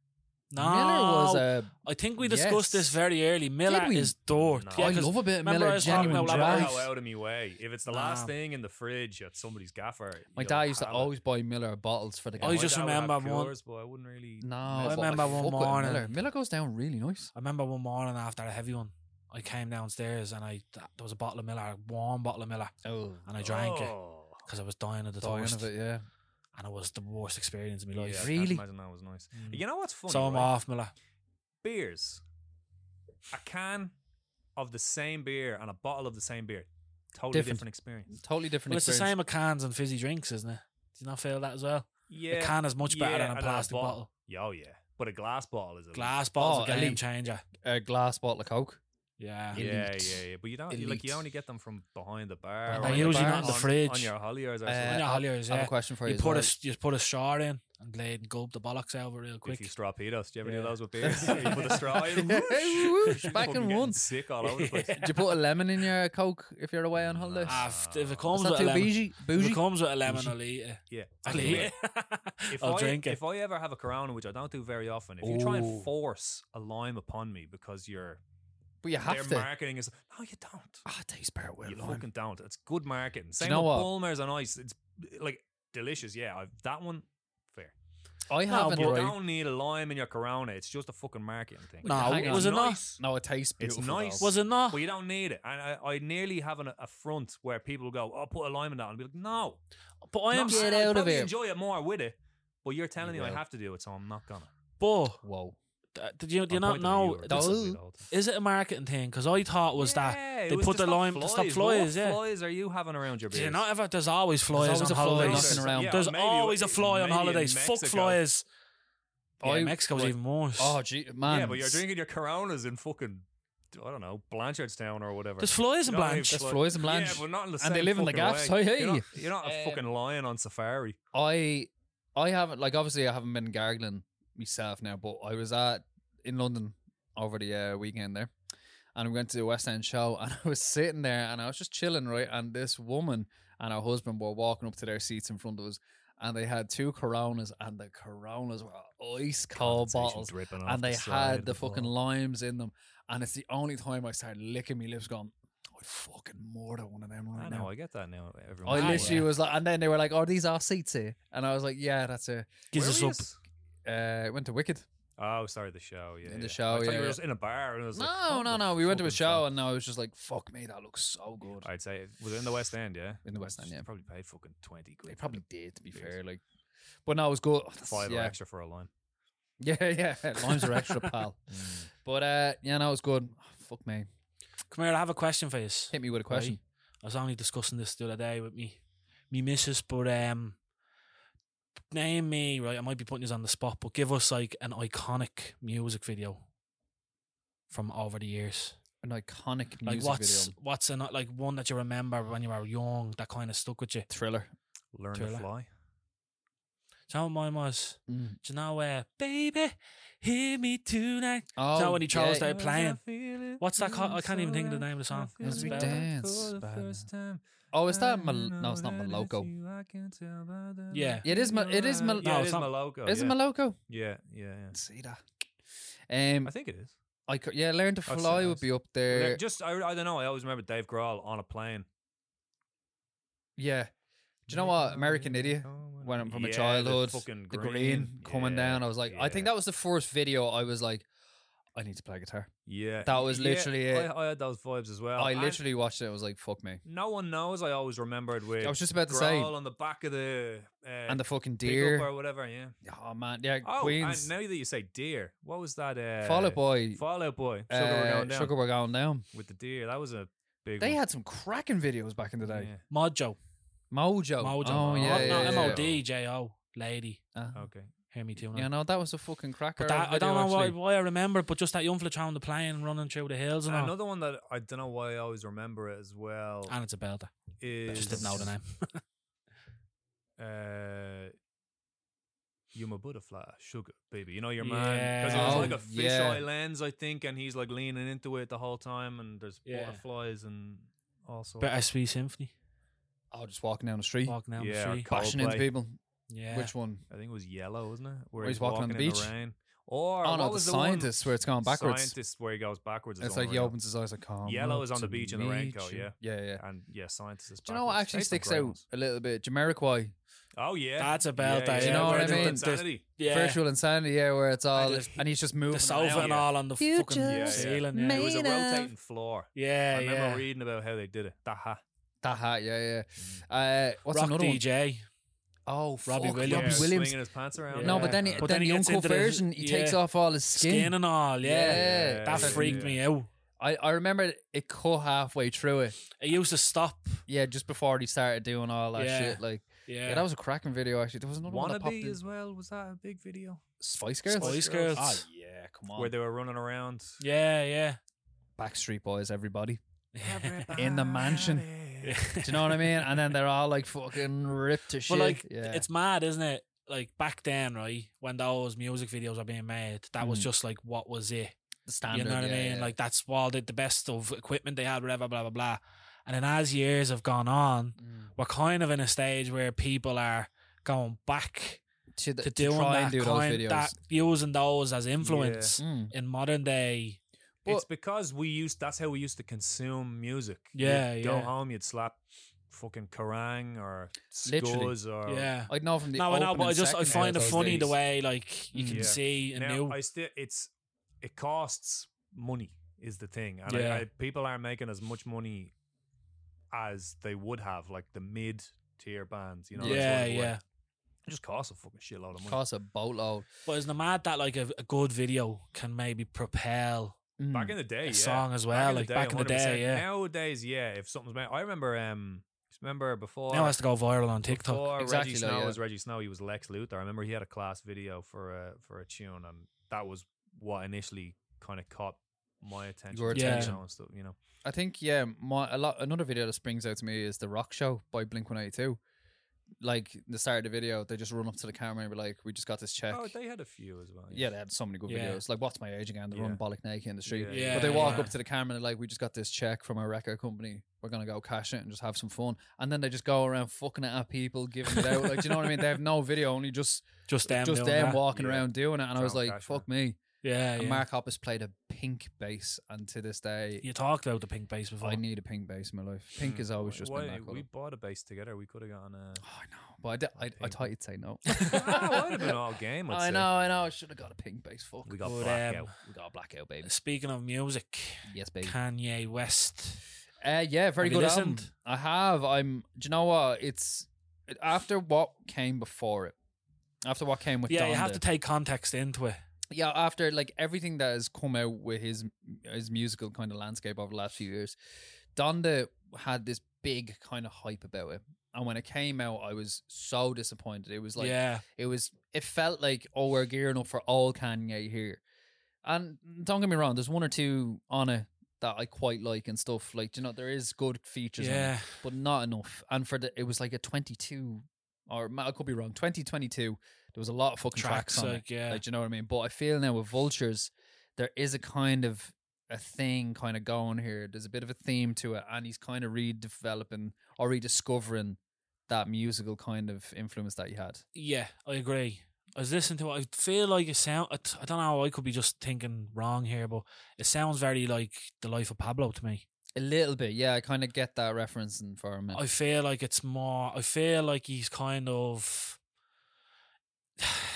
Speaker 2: No,
Speaker 1: Miller was a
Speaker 2: I think we discussed this
Speaker 1: Yes.
Speaker 2: very early. Miller
Speaker 1: we?
Speaker 2: is dirt.
Speaker 3: No.
Speaker 2: Yeah,
Speaker 1: I
Speaker 2: 'cause
Speaker 1: love a bit of
Speaker 2: remember I
Speaker 1: Miller
Speaker 2: was talking
Speaker 1: genuine
Speaker 2: about
Speaker 3: I
Speaker 2: Labatt
Speaker 3: won't
Speaker 1: draft.
Speaker 3: go out of my way. If it's the last
Speaker 2: Nah.
Speaker 3: thing in the fridge at somebody's gaffer,
Speaker 1: My
Speaker 3: you'll
Speaker 1: dad used to
Speaker 3: have it.
Speaker 1: always buy Miller bottles for the
Speaker 2: I
Speaker 1: guys.
Speaker 3: my
Speaker 2: just
Speaker 3: dad would have
Speaker 2: remember one-
Speaker 3: Coors, but I wouldn't really.
Speaker 1: no,
Speaker 3: mess
Speaker 1: but
Speaker 2: I
Speaker 3: with
Speaker 2: remember
Speaker 1: like,
Speaker 2: one
Speaker 1: Oh, fuck with
Speaker 2: morning-
Speaker 1: Miller. Miller goes down really nice.
Speaker 2: I remember one morning after a heavy one, I came downstairs and I th- there was a bottle of Miller, a warm bottle of Miller,
Speaker 1: Oh,
Speaker 2: and I drank it
Speaker 3: Oh.
Speaker 2: because I was dying of the
Speaker 1: dying of
Speaker 2: thirst,
Speaker 1: it, yeah.
Speaker 2: and it was the worst experience of my
Speaker 3: Yeah,
Speaker 2: life.
Speaker 3: I can't
Speaker 1: Really?
Speaker 3: imagine that was nice. You know what's funny?
Speaker 2: so I'm
Speaker 3: right?
Speaker 2: Mm. off Miller.
Speaker 3: Beers. A can of the same beer and a bottle of the same beer. Totally
Speaker 1: Different.
Speaker 3: different, experience.
Speaker 1: Totally different.
Speaker 2: Well, it's the
Speaker 1: experience.
Speaker 2: same with cans and fizzy drinks, isn't it? Do you not feel that as well?
Speaker 3: Yeah.
Speaker 2: A can is much better
Speaker 3: yeah,
Speaker 2: than
Speaker 3: and
Speaker 2: a plastic
Speaker 3: bottle.
Speaker 2: bottle.
Speaker 3: Yeah, Oh, yeah. But a glass bottle is a
Speaker 2: Glass bottle's
Speaker 1: Oh,
Speaker 2: a game
Speaker 1: elite.
Speaker 2: changer.
Speaker 1: a glass bottle of Coke.
Speaker 2: Yeah.
Speaker 1: Yeah.
Speaker 3: Yeah, yeah,
Speaker 1: Elite.
Speaker 3: yeah. But you don't you, like you
Speaker 1: Elite.
Speaker 3: only get them from behind the
Speaker 1: Behind
Speaker 3: bar. or
Speaker 1: the
Speaker 3: on your
Speaker 1: usually not
Speaker 3: bar-
Speaker 1: in the
Speaker 3: on- On
Speaker 2: fridge.
Speaker 3: your holliers or
Speaker 1: Uh,
Speaker 3: something.
Speaker 2: On your
Speaker 1: I'll-
Speaker 2: holliers,
Speaker 1: I have
Speaker 2: yeah.
Speaker 1: a question for you.
Speaker 2: You
Speaker 1: as
Speaker 2: put a
Speaker 1: well.
Speaker 2: s- you put a straw in and lay and gulp the bollocks out of it real quick.
Speaker 3: If you straw pedos, do you ever
Speaker 2: Yeah.
Speaker 3: do
Speaker 1: [laughs]
Speaker 3: those with beers? [laughs] you put a straw in,
Speaker 1: Yeah, whoosh,
Speaker 3: whoosh, [laughs]
Speaker 1: back
Speaker 3: fucking
Speaker 1: in
Speaker 3: getting
Speaker 1: one.
Speaker 3: sick all
Speaker 1: [laughs]
Speaker 3: over the place.
Speaker 1: Do you put a lemon in your Coke if you're away on holiday?
Speaker 2: Ah, if, if it
Speaker 1: Is
Speaker 2: comes
Speaker 1: that
Speaker 2: with a
Speaker 1: too
Speaker 2: lemon,
Speaker 1: bougie?
Speaker 2: if
Speaker 1: Bougie?
Speaker 2: it comes with a lemon,
Speaker 1: Bougie.
Speaker 2: I'll eat it.
Speaker 3: Yeah,
Speaker 2: I'll
Speaker 3: and
Speaker 2: eat
Speaker 3: if-
Speaker 2: it.
Speaker 1: [laughs]
Speaker 3: If
Speaker 2: I'll
Speaker 3: I,
Speaker 2: drink it.
Speaker 3: If I ever have a Corona, which I don't do very often, if you try
Speaker 1: Ooh.
Speaker 3: and force a lime upon me because you're
Speaker 1: But you
Speaker 3: their
Speaker 1: have to.
Speaker 3: marketing is no, you don't.
Speaker 1: Ah, it tastes better with
Speaker 3: You
Speaker 1: lime.
Speaker 3: fucking don't. It's good marketing. Same
Speaker 1: know
Speaker 3: with
Speaker 1: what?
Speaker 3: Bulmers and ice. It's like delicious. Yeah, I've, that one fair.
Speaker 1: I
Speaker 2: No,
Speaker 1: haven't.
Speaker 2: but-
Speaker 3: You
Speaker 1: right?
Speaker 3: don't need a lime in your Corona. It's just a fucking marketing thing.
Speaker 2: No,
Speaker 1: hang on.
Speaker 2: was it not?
Speaker 3: nice.
Speaker 1: No, it tastes
Speaker 3: It's
Speaker 1: beautiful.
Speaker 3: nice.
Speaker 1: though.
Speaker 2: Was it not?
Speaker 3: But you don't need it. And I, I nearly have an affront where people go, "I'll put a lime in that," and I'll be like, "No,
Speaker 2: But I am.
Speaker 3: not,
Speaker 1: Get
Speaker 3: I'll
Speaker 1: out of
Speaker 3: probably
Speaker 1: here.
Speaker 3: Enjoy it more with it." But you're telling
Speaker 1: You
Speaker 3: me I
Speaker 1: will.
Speaker 3: have to do it, so I'm not gonna.
Speaker 2: But
Speaker 1: Whoa.
Speaker 2: uh, did you do you
Speaker 3: I'm
Speaker 2: not
Speaker 3: pointing at you
Speaker 2: know?
Speaker 3: or
Speaker 1: That's-
Speaker 3: something the whole time.
Speaker 2: Is it a marketing thing? Because I thought was that
Speaker 3: Yeah, it
Speaker 2: they
Speaker 3: was
Speaker 2: put
Speaker 3: to
Speaker 2: the
Speaker 3: stop
Speaker 2: lime to stop flies. Yeah.
Speaker 3: What flies are you having around your
Speaker 2: Do
Speaker 3: beers?
Speaker 2: you not ever? There's always flies
Speaker 1: always
Speaker 2: on
Speaker 1: a fly
Speaker 2: holidays.
Speaker 1: knocking around. Yeah,
Speaker 2: There's
Speaker 3: maybe-
Speaker 2: always a fly on
Speaker 3: maybe in
Speaker 2: holidays. Fuck
Speaker 3: Mexico.
Speaker 2: flies. Yeah,
Speaker 1: I-
Speaker 2: Mexico's
Speaker 1: like-
Speaker 2: even worse.
Speaker 1: Oh, gee, man.
Speaker 3: Yeah, but you're drinking your Coronas in fucking I don't know Blanchardstown or whatever.
Speaker 2: there's flies in
Speaker 3: You know what I mean?
Speaker 2: Blanche.
Speaker 1: There's flies in Blanche.
Speaker 3: Yeah, but not in the
Speaker 1: And they
Speaker 3: same
Speaker 1: live in the
Speaker 3: fucking
Speaker 1: gaffs,
Speaker 3: way.
Speaker 1: I hear
Speaker 3: You're not,
Speaker 1: you.
Speaker 3: you're not a
Speaker 1: Um,
Speaker 3: fucking lion on safari.
Speaker 1: I, I haven't. Like, obviously, I haven't been gargling myself now, but I was at in London over the uh, weekend there, and we went to the West End show, [laughs] and I was sitting there, and I was just chilling, right, and this woman and her husband were walking up to their seats in front of us. And they had two Coronas, and the Coronas were ice cold bottles. and they had the fucking limes in them. And it's the only time I started licking my lips, going, "I fucking murder one of them
Speaker 3: I
Speaker 1: right
Speaker 3: know.
Speaker 1: now."
Speaker 3: I get that now. Everyone
Speaker 1: I
Speaker 2: Ah,
Speaker 1: literally
Speaker 2: yeah.
Speaker 1: was like, and then they were like, "Oh, these are seats here," and I was like, "Yeah, that's a."
Speaker 2: Gives
Speaker 3: Where
Speaker 2: us
Speaker 3: were
Speaker 2: up.
Speaker 3: yous?
Speaker 1: Uh, it went to Wicked.
Speaker 3: Oh, sorry, the show. Yeah,
Speaker 1: In the
Speaker 3: yeah.
Speaker 1: show,
Speaker 3: I thought
Speaker 1: yeah,
Speaker 3: you were
Speaker 1: yeah.
Speaker 3: just in a bar. And it was like,
Speaker 1: No,
Speaker 3: what
Speaker 1: no,
Speaker 3: the
Speaker 1: no. We went to a
Speaker 3: fucking
Speaker 1: show
Speaker 3: fuck?
Speaker 1: and I was just like, fuck me, that looks so good.
Speaker 3: I'd say was it in the West End? Yeah,
Speaker 1: In the West End,
Speaker 3: They
Speaker 1: yeah.
Speaker 3: probably paid fucking twenty
Speaker 1: They
Speaker 3: quid.
Speaker 1: probably did, to be
Speaker 3: Yes.
Speaker 1: fair. Like, but no, it was good. Oh, that's-
Speaker 3: five
Speaker 1: yeah.
Speaker 3: extra for a line.
Speaker 1: yeah, yeah. Limes are extra, pal. But uh, yeah, no, it was good. fuck me,
Speaker 2: Come here, I have a question for you.
Speaker 1: hit me with a question.
Speaker 2: I was only discussing this the other day with me, me missus, but um, name me right. I might be putting you on the spot, but give us like an iconic music video from over the years.
Speaker 1: An iconic
Speaker 2: Like
Speaker 1: music
Speaker 2: what's
Speaker 1: video,
Speaker 2: what's an like one that you remember when you were young that kind of stuck with you.
Speaker 1: Thriller.
Speaker 3: Learn to
Speaker 2: Thriller.
Speaker 3: fly.
Speaker 2: Do you know what mine was?
Speaker 1: Mm.
Speaker 2: Do you know where, baby, hear me tonight?
Speaker 1: Oh,
Speaker 2: when he chose
Speaker 1: yeah.
Speaker 2: that- playing. What's that called? I can't even think of the name of the song.
Speaker 1: As we
Speaker 2: It's better.
Speaker 1: dance, Oh, is that Mal- no? It's not Maloko.
Speaker 2: Yeah.
Speaker 1: It is Ma- it is Mal-
Speaker 3: yeah,
Speaker 2: No,
Speaker 3: it
Speaker 2: it's
Speaker 3: is
Speaker 2: not-
Speaker 3: Maloko.
Speaker 1: Is
Speaker 3: Oh, yeah.
Speaker 1: it Maloko?
Speaker 3: Yeah, yeah, yeah.
Speaker 1: See that? Um,
Speaker 3: I think it is.
Speaker 1: I cou- yeah, learn to
Speaker 3: That's
Speaker 1: fly would
Speaker 3: nice.
Speaker 1: be up
Speaker 3: Like,
Speaker 1: there.
Speaker 3: Just I, I don't know. I always remember Dave Grohl on a plane.
Speaker 1: Yeah. Do you know what American Idiot? When I'm from a childhood,
Speaker 3: the, fucking
Speaker 1: The
Speaker 3: green,
Speaker 1: green, coming
Speaker 3: yeah,
Speaker 1: down. I was like, I think
Speaker 3: yeah.
Speaker 1: that was the first video. I was like, I need to play guitar.
Speaker 3: Yeah,
Speaker 1: that was
Speaker 3: yeah,
Speaker 1: literally it.
Speaker 3: I, I had those vibes as well.
Speaker 1: I
Speaker 3: And
Speaker 1: literally watched it. I was like, fuck me.
Speaker 3: no one knows. I always remembered with
Speaker 1: I was just about to
Speaker 3: Grohl
Speaker 1: say,
Speaker 3: on the back of the uh,
Speaker 1: and the fucking
Speaker 3: pickup
Speaker 1: deer.
Speaker 3: or whatever. Yeah.
Speaker 1: Oh man, yeah,
Speaker 3: Oh,
Speaker 1: Queens,
Speaker 3: and now that you say deer, what was that? Uh,
Speaker 1: Fall Out Boy,
Speaker 3: Fall Out Boy. Sugar We're
Speaker 1: uh,
Speaker 3: Going Down
Speaker 1: Sugar We're Going Down.
Speaker 3: with the deer. That was a big.
Speaker 1: They
Speaker 3: one.
Speaker 1: had some cracking videos back in the day.
Speaker 3: Yeah.
Speaker 2: Mojo.
Speaker 1: Mojo,
Speaker 2: Mojo.
Speaker 1: oh yeah,
Speaker 2: Not-
Speaker 1: yeah,
Speaker 2: not
Speaker 1: yeah.
Speaker 2: M O D J O. Lady,
Speaker 1: Uh,
Speaker 3: Okay.
Speaker 2: hear me tonight.
Speaker 1: yeah, no, that was a fucking cracker.
Speaker 2: But that, I don't know why,
Speaker 1: actually.
Speaker 2: why I remember, it, but just that young fella on the plane running through the hills and all.
Speaker 3: Another one that I don't know why I always remember it as well
Speaker 2: And it's a belter. I
Speaker 3: is
Speaker 2: just didn't know the name.
Speaker 3: Uh, you my butterfly, sugar baby. You know your man because it was
Speaker 1: Yeah.
Speaker 3: like
Speaker 1: Oh,
Speaker 3: a fisheye
Speaker 1: yeah.
Speaker 3: lens, I think, and he's like leaning into it the whole time, and there's
Speaker 2: Yeah.
Speaker 3: butterflies and also
Speaker 1: uh,
Speaker 2: Better Sweet Symphony.
Speaker 1: Oh, just walking down the street,
Speaker 2: Walking down
Speaker 3: Yeah,
Speaker 2: the
Speaker 3: or
Speaker 2: street.
Speaker 3: Coldplay.
Speaker 1: bashing into people.
Speaker 2: Yeah.
Speaker 1: Which one?
Speaker 3: I think it was yellow, wasn't it? Where
Speaker 1: Or
Speaker 3: he's, walking, on the
Speaker 1: beach.
Speaker 3: rain. Or
Speaker 1: Oh
Speaker 3: what
Speaker 1: no, the
Speaker 3: was
Speaker 1: scientist where it's going
Speaker 3: one?
Speaker 1: backwards.
Speaker 3: Scientist where he goes backwards. is
Speaker 1: It's
Speaker 3: on
Speaker 1: like
Speaker 3: the
Speaker 1: he
Speaker 3: rail.
Speaker 1: opens his eyes like, "Come
Speaker 3: Yellow
Speaker 1: up
Speaker 3: is on the
Speaker 1: to
Speaker 3: beach in the
Speaker 1: me,
Speaker 3: raincoat,
Speaker 1: Jim."
Speaker 3: yeah.
Speaker 1: yeah, yeah.
Speaker 3: And yeah, scientist is. Backwards.
Speaker 1: Do you know what actually
Speaker 3: They some
Speaker 1: sticks
Speaker 3: great
Speaker 1: out
Speaker 3: ones.
Speaker 1: a little bit? Jamiroquai,
Speaker 3: Oh yeah,
Speaker 2: That's a
Speaker 3: yeah,
Speaker 2: belter. Yeah,
Speaker 1: Do you know what I
Speaker 3: Virtual
Speaker 1: mean? There's-
Speaker 3: Insanity.
Speaker 2: Yeah.
Speaker 1: virtual insanity, yeah, where it's all
Speaker 2: just-
Speaker 1: and he's just moving.
Speaker 2: the sofa
Speaker 1: around.
Speaker 2: and all on the
Speaker 1: You
Speaker 2: fucking
Speaker 1: just
Speaker 3: Yeah, yeah.
Speaker 2: ceiling. Yeah,
Speaker 3: It was a
Speaker 1: Made of-
Speaker 3: rotating floor.
Speaker 2: yeah.
Speaker 3: I remember
Speaker 2: yeah.
Speaker 3: reading about how they did it. That hat.
Speaker 1: That hat, yeah, yeah. Uh, what's
Speaker 2: Mm. Rock
Speaker 1: another one?
Speaker 2: DJ.
Speaker 1: Oh,
Speaker 2: Robbie
Speaker 1: fuck, Robbie
Speaker 2: Williams.
Speaker 1: Williams.
Speaker 3: swinging his pants around.
Speaker 2: Yeah.
Speaker 1: No, but then, he,
Speaker 2: But
Speaker 1: then,
Speaker 2: then he
Speaker 1: the
Speaker 2: gets
Speaker 1: uncut
Speaker 2: into the-
Speaker 1: version, he
Speaker 2: yeah.
Speaker 1: takes off all his
Speaker 2: Skin.
Speaker 1: skin.
Speaker 2: and all. Yeah.
Speaker 1: Yeah.
Speaker 2: That
Speaker 3: Yeah,
Speaker 2: freaked
Speaker 3: yeah.
Speaker 2: me out.
Speaker 1: I, I remember it cut halfway through it.
Speaker 2: It used to stop.
Speaker 1: Yeah, just before he started doing all that
Speaker 2: Yeah.
Speaker 1: shit. Like, yeah.
Speaker 2: Yeah.
Speaker 1: that was a cracking video actually. There was another one that popped
Speaker 3: Wannabe
Speaker 1: in.
Speaker 3: as well. Was that a big video
Speaker 1: Spice Girls.
Speaker 2: Spice Girls.
Speaker 1: Ah, yeah, come on.
Speaker 3: where they were running around
Speaker 2: yeah. Yeah.
Speaker 1: Backstreet Boys, everybody.
Speaker 2: [laughs]
Speaker 1: [laughs] In the mansion.
Speaker 3: Everybody.
Speaker 1: Do you know what I mean? And then they're all like fucking ripped to shit.
Speaker 2: But like,
Speaker 1: yeah.
Speaker 2: it's mad, isn't it? Like back then, right, when those music videos were being made, that was
Speaker 1: Mm.
Speaker 2: just like what was it?
Speaker 1: the standard.
Speaker 2: you know what
Speaker 1: yeah,
Speaker 2: I mean?
Speaker 1: yeah.
Speaker 2: Like that's all the, the best of equipment they had, whatever, blah blah blah. And then as years have gone on,
Speaker 1: Mm.
Speaker 2: we're kind of in a stage where people are going back
Speaker 1: to, the,
Speaker 2: to
Speaker 1: to,
Speaker 2: doing
Speaker 1: try
Speaker 2: that,
Speaker 1: and do those
Speaker 2: kind,
Speaker 1: videos.
Speaker 2: that using those as influence
Speaker 1: Mm.
Speaker 2: in modern day.
Speaker 3: It's
Speaker 1: But-
Speaker 3: because we used. That's how we used to consume music.
Speaker 2: Yeah,
Speaker 3: You'd Go
Speaker 2: yeah.
Speaker 3: home. You'd slap fucking Kerrang or
Speaker 1: Literally.
Speaker 3: Scuzz or
Speaker 2: Yeah.
Speaker 1: I'd know from the
Speaker 2: No, I know,
Speaker 1: opening
Speaker 2: but I just
Speaker 1: second
Speaker 2: I
Speaker 1: of
Speaker 2: find it
Speaker 1: those
Speaker 2: funny the
Speaker 1: days.
Speaker 2: way like you
Speaker 1: Mm.
Speaker 2: can
Speaker 3: Yeah.
Speaker 2: see and
Speaker 3: Now
Speaker 2: new.
Speaker 3: I still. It's it costs money is the thing, and I-
Speaker 2: Yeah.
Speaker 3: I- people aren't making as much money as they would have like the mid tier bands. You know. that's
Speaker 2: yeah,
Speaker 3: what it was.
Speaker 2: yeah.
Speaker 3: It just costs a fucking shitload of money.
Speaker 1: Costs a boatload.
Speaker 2: But isn't it mad that like a, a good video can maybe propel
Speaker 1: Mm.
Speaker 3: Back in the day,
Speaker 2: a
Speaker 3: yeah.
Speaker 2: song as well?
Speaker 3: Back in the
Speaker 2: like
Speaker 3: day,
Speaker 2: back in the
Speaker 3: 100%.
Speaker 2: day, yeah.
Speaker 3: Nowadays, yeah. If something's made, I remember. Um, remember before.
Speaker 2: Now, it has to go viral on TikTok.
Speaker 3: uh, Before
Speaker 1: Exactly,
Speaker 3: Reggie
Speaker 1: like,
Speaker 3: Snow
Speaker 1: yeah.
Speaker 3: was Reggie Snow. He was Lex Luthor. I remember he had a class video for a for a tune, and that was what initially kind of caught my attention.
Speaker 1: Your
Speaker 3: to Reggie
Speaker 2: attention.
Speaker 3: Snow and stuff, you know.
Speaker 1: I think yeah, my a lot another video that springs out to me is the Rock Show by Blink One Eighty Two. Like the start of the video, they just run up to the camera and be like, "We just got this check."
Speaker 3: Oh, they had a few as well.
Speaker 1: yeah, they had so many good
Speaker 2: Yeah.
Speaker 1: videos. Like, what's my age again? They run
Speaker 3: Yeah.
Speaker 1: bollock naked in the street.
Speaker 2: Yeah,
Speaker 1: but they walk
Speaker 2: yeah.
Speaker 1: up to the camera and they're like, "We just got this check from our record company. We're gonna go cash it and just have some fun." And then they just go around fucking it at people, giving it out. Like, do you know what I mean? They have no video, only just
Speaker 2: just them,
Speaker 1: just
Speaker 2: doing
Speaker 1: them
Speaker 2: that.
Speaker 1: walking
Speaker 3: Yeah.
Speaker 1: around doing it. And I was
Speaker 3: Throwing
Speaker 1: like,
Speaker 3: cash
Speaker 1: "Fuck
Speaker 3: around.
Speaker 1: me."
Speaker 2: Yeah,
Speaker 1: And
Speaker 2: yeah.
Speaker 1: Mark Hoppus played a pink bass, and to this day,
Speaker 2: you talked about the pink bass before.
Speaker 1: I
Speaker 2: [laughs]
Speaker 1: need a pink bass in my life.
Speaker 2: Hmm.
Speaker 1: Pink
Speaker 3: Mm.
Speaker 1: has always
Speaker 3: Why-
Speaker 1: just
Speaker 3: why-
Speaker 1: been that color.
Speaker 3: We bought a base together. We could have
Speaker 1: [laughs]
Speaker 3: gotten a.
Speaker 1: Oh, I know, but I, d- I, I
Speaker 3: Pink.
Speaker 1: thought you'd say
Speaker 2: [laughs]
Speaker 1: no.
Speaker 3: [laughs] Ah, [laughs] well, I'd have been all game.
Speaker 1: [laughs]
Speaker 3: I'd
Speaker 1: I
Speaker 3: say.
Speaker 1: know, I know. I should have got a pink bass. Fuck.
Speaker 3: We got
Speaker 2: But,
Speaker 3: blackout.
Speaker 2: um,
Speaker 1: we got a blackout, baby.
Speaker 2: Speaking of music,
Speaker 1: Yes, baby.
Speaker 2: Kanye West.
Speaker 1: Uh, yeah, very
Speaker 2: Have you
Speaker 1: good album.
Speaker 2: listened?
Speaker 1: I have. I'm. Do you know what? It's it- after what came before it. After what came with
Speaker 2: yeah, you have
Speaker 1: Donda.
Speaker 2: to take context into it.
Speaker 1: yeah, after like everything that has come out with his his musical kind of landscape over the last few years, Donda had this big kind of hype about it. And when it came out, I was so disappointed. It was like
Speaker 2: yeah,
Speaker 1: it was it felt like oh we're gearing up for all Kanye here. And don't get me wrong, there's one or two on it that I quite like and stuff. Like you know, there is good features, on it,
Speaker 2: yeah.
Speaker 1: but not enough. And for the it was like a 22 or ma- I could be wrong, 2022. There was a lot of fucking tracks,
Speaker 2: Tracks
Speaker 1: on
Speaker 2: like
Speaker 1: it.
Speaker 2: yeah,
Speaker 1: Like do you know what I mean? But I feel now with Vultures, there is a kind of a thing kind of going here. There's a bit of a theme to it, and he's kind of redeveloping or rediscovering that musical kind of influence that he had.
Speaker 2: yeah. I agree. I was listening to it. I feel like it sound. I t- I don't know. I could be just thinking wrong here, but it sounds very like the life of Pablo to me.
Speaker 1: A little bit, yeah. I kind of get that reference and for a minute.
Speaker 2: I feel like it's more. I feel like he's kind of. [sighs]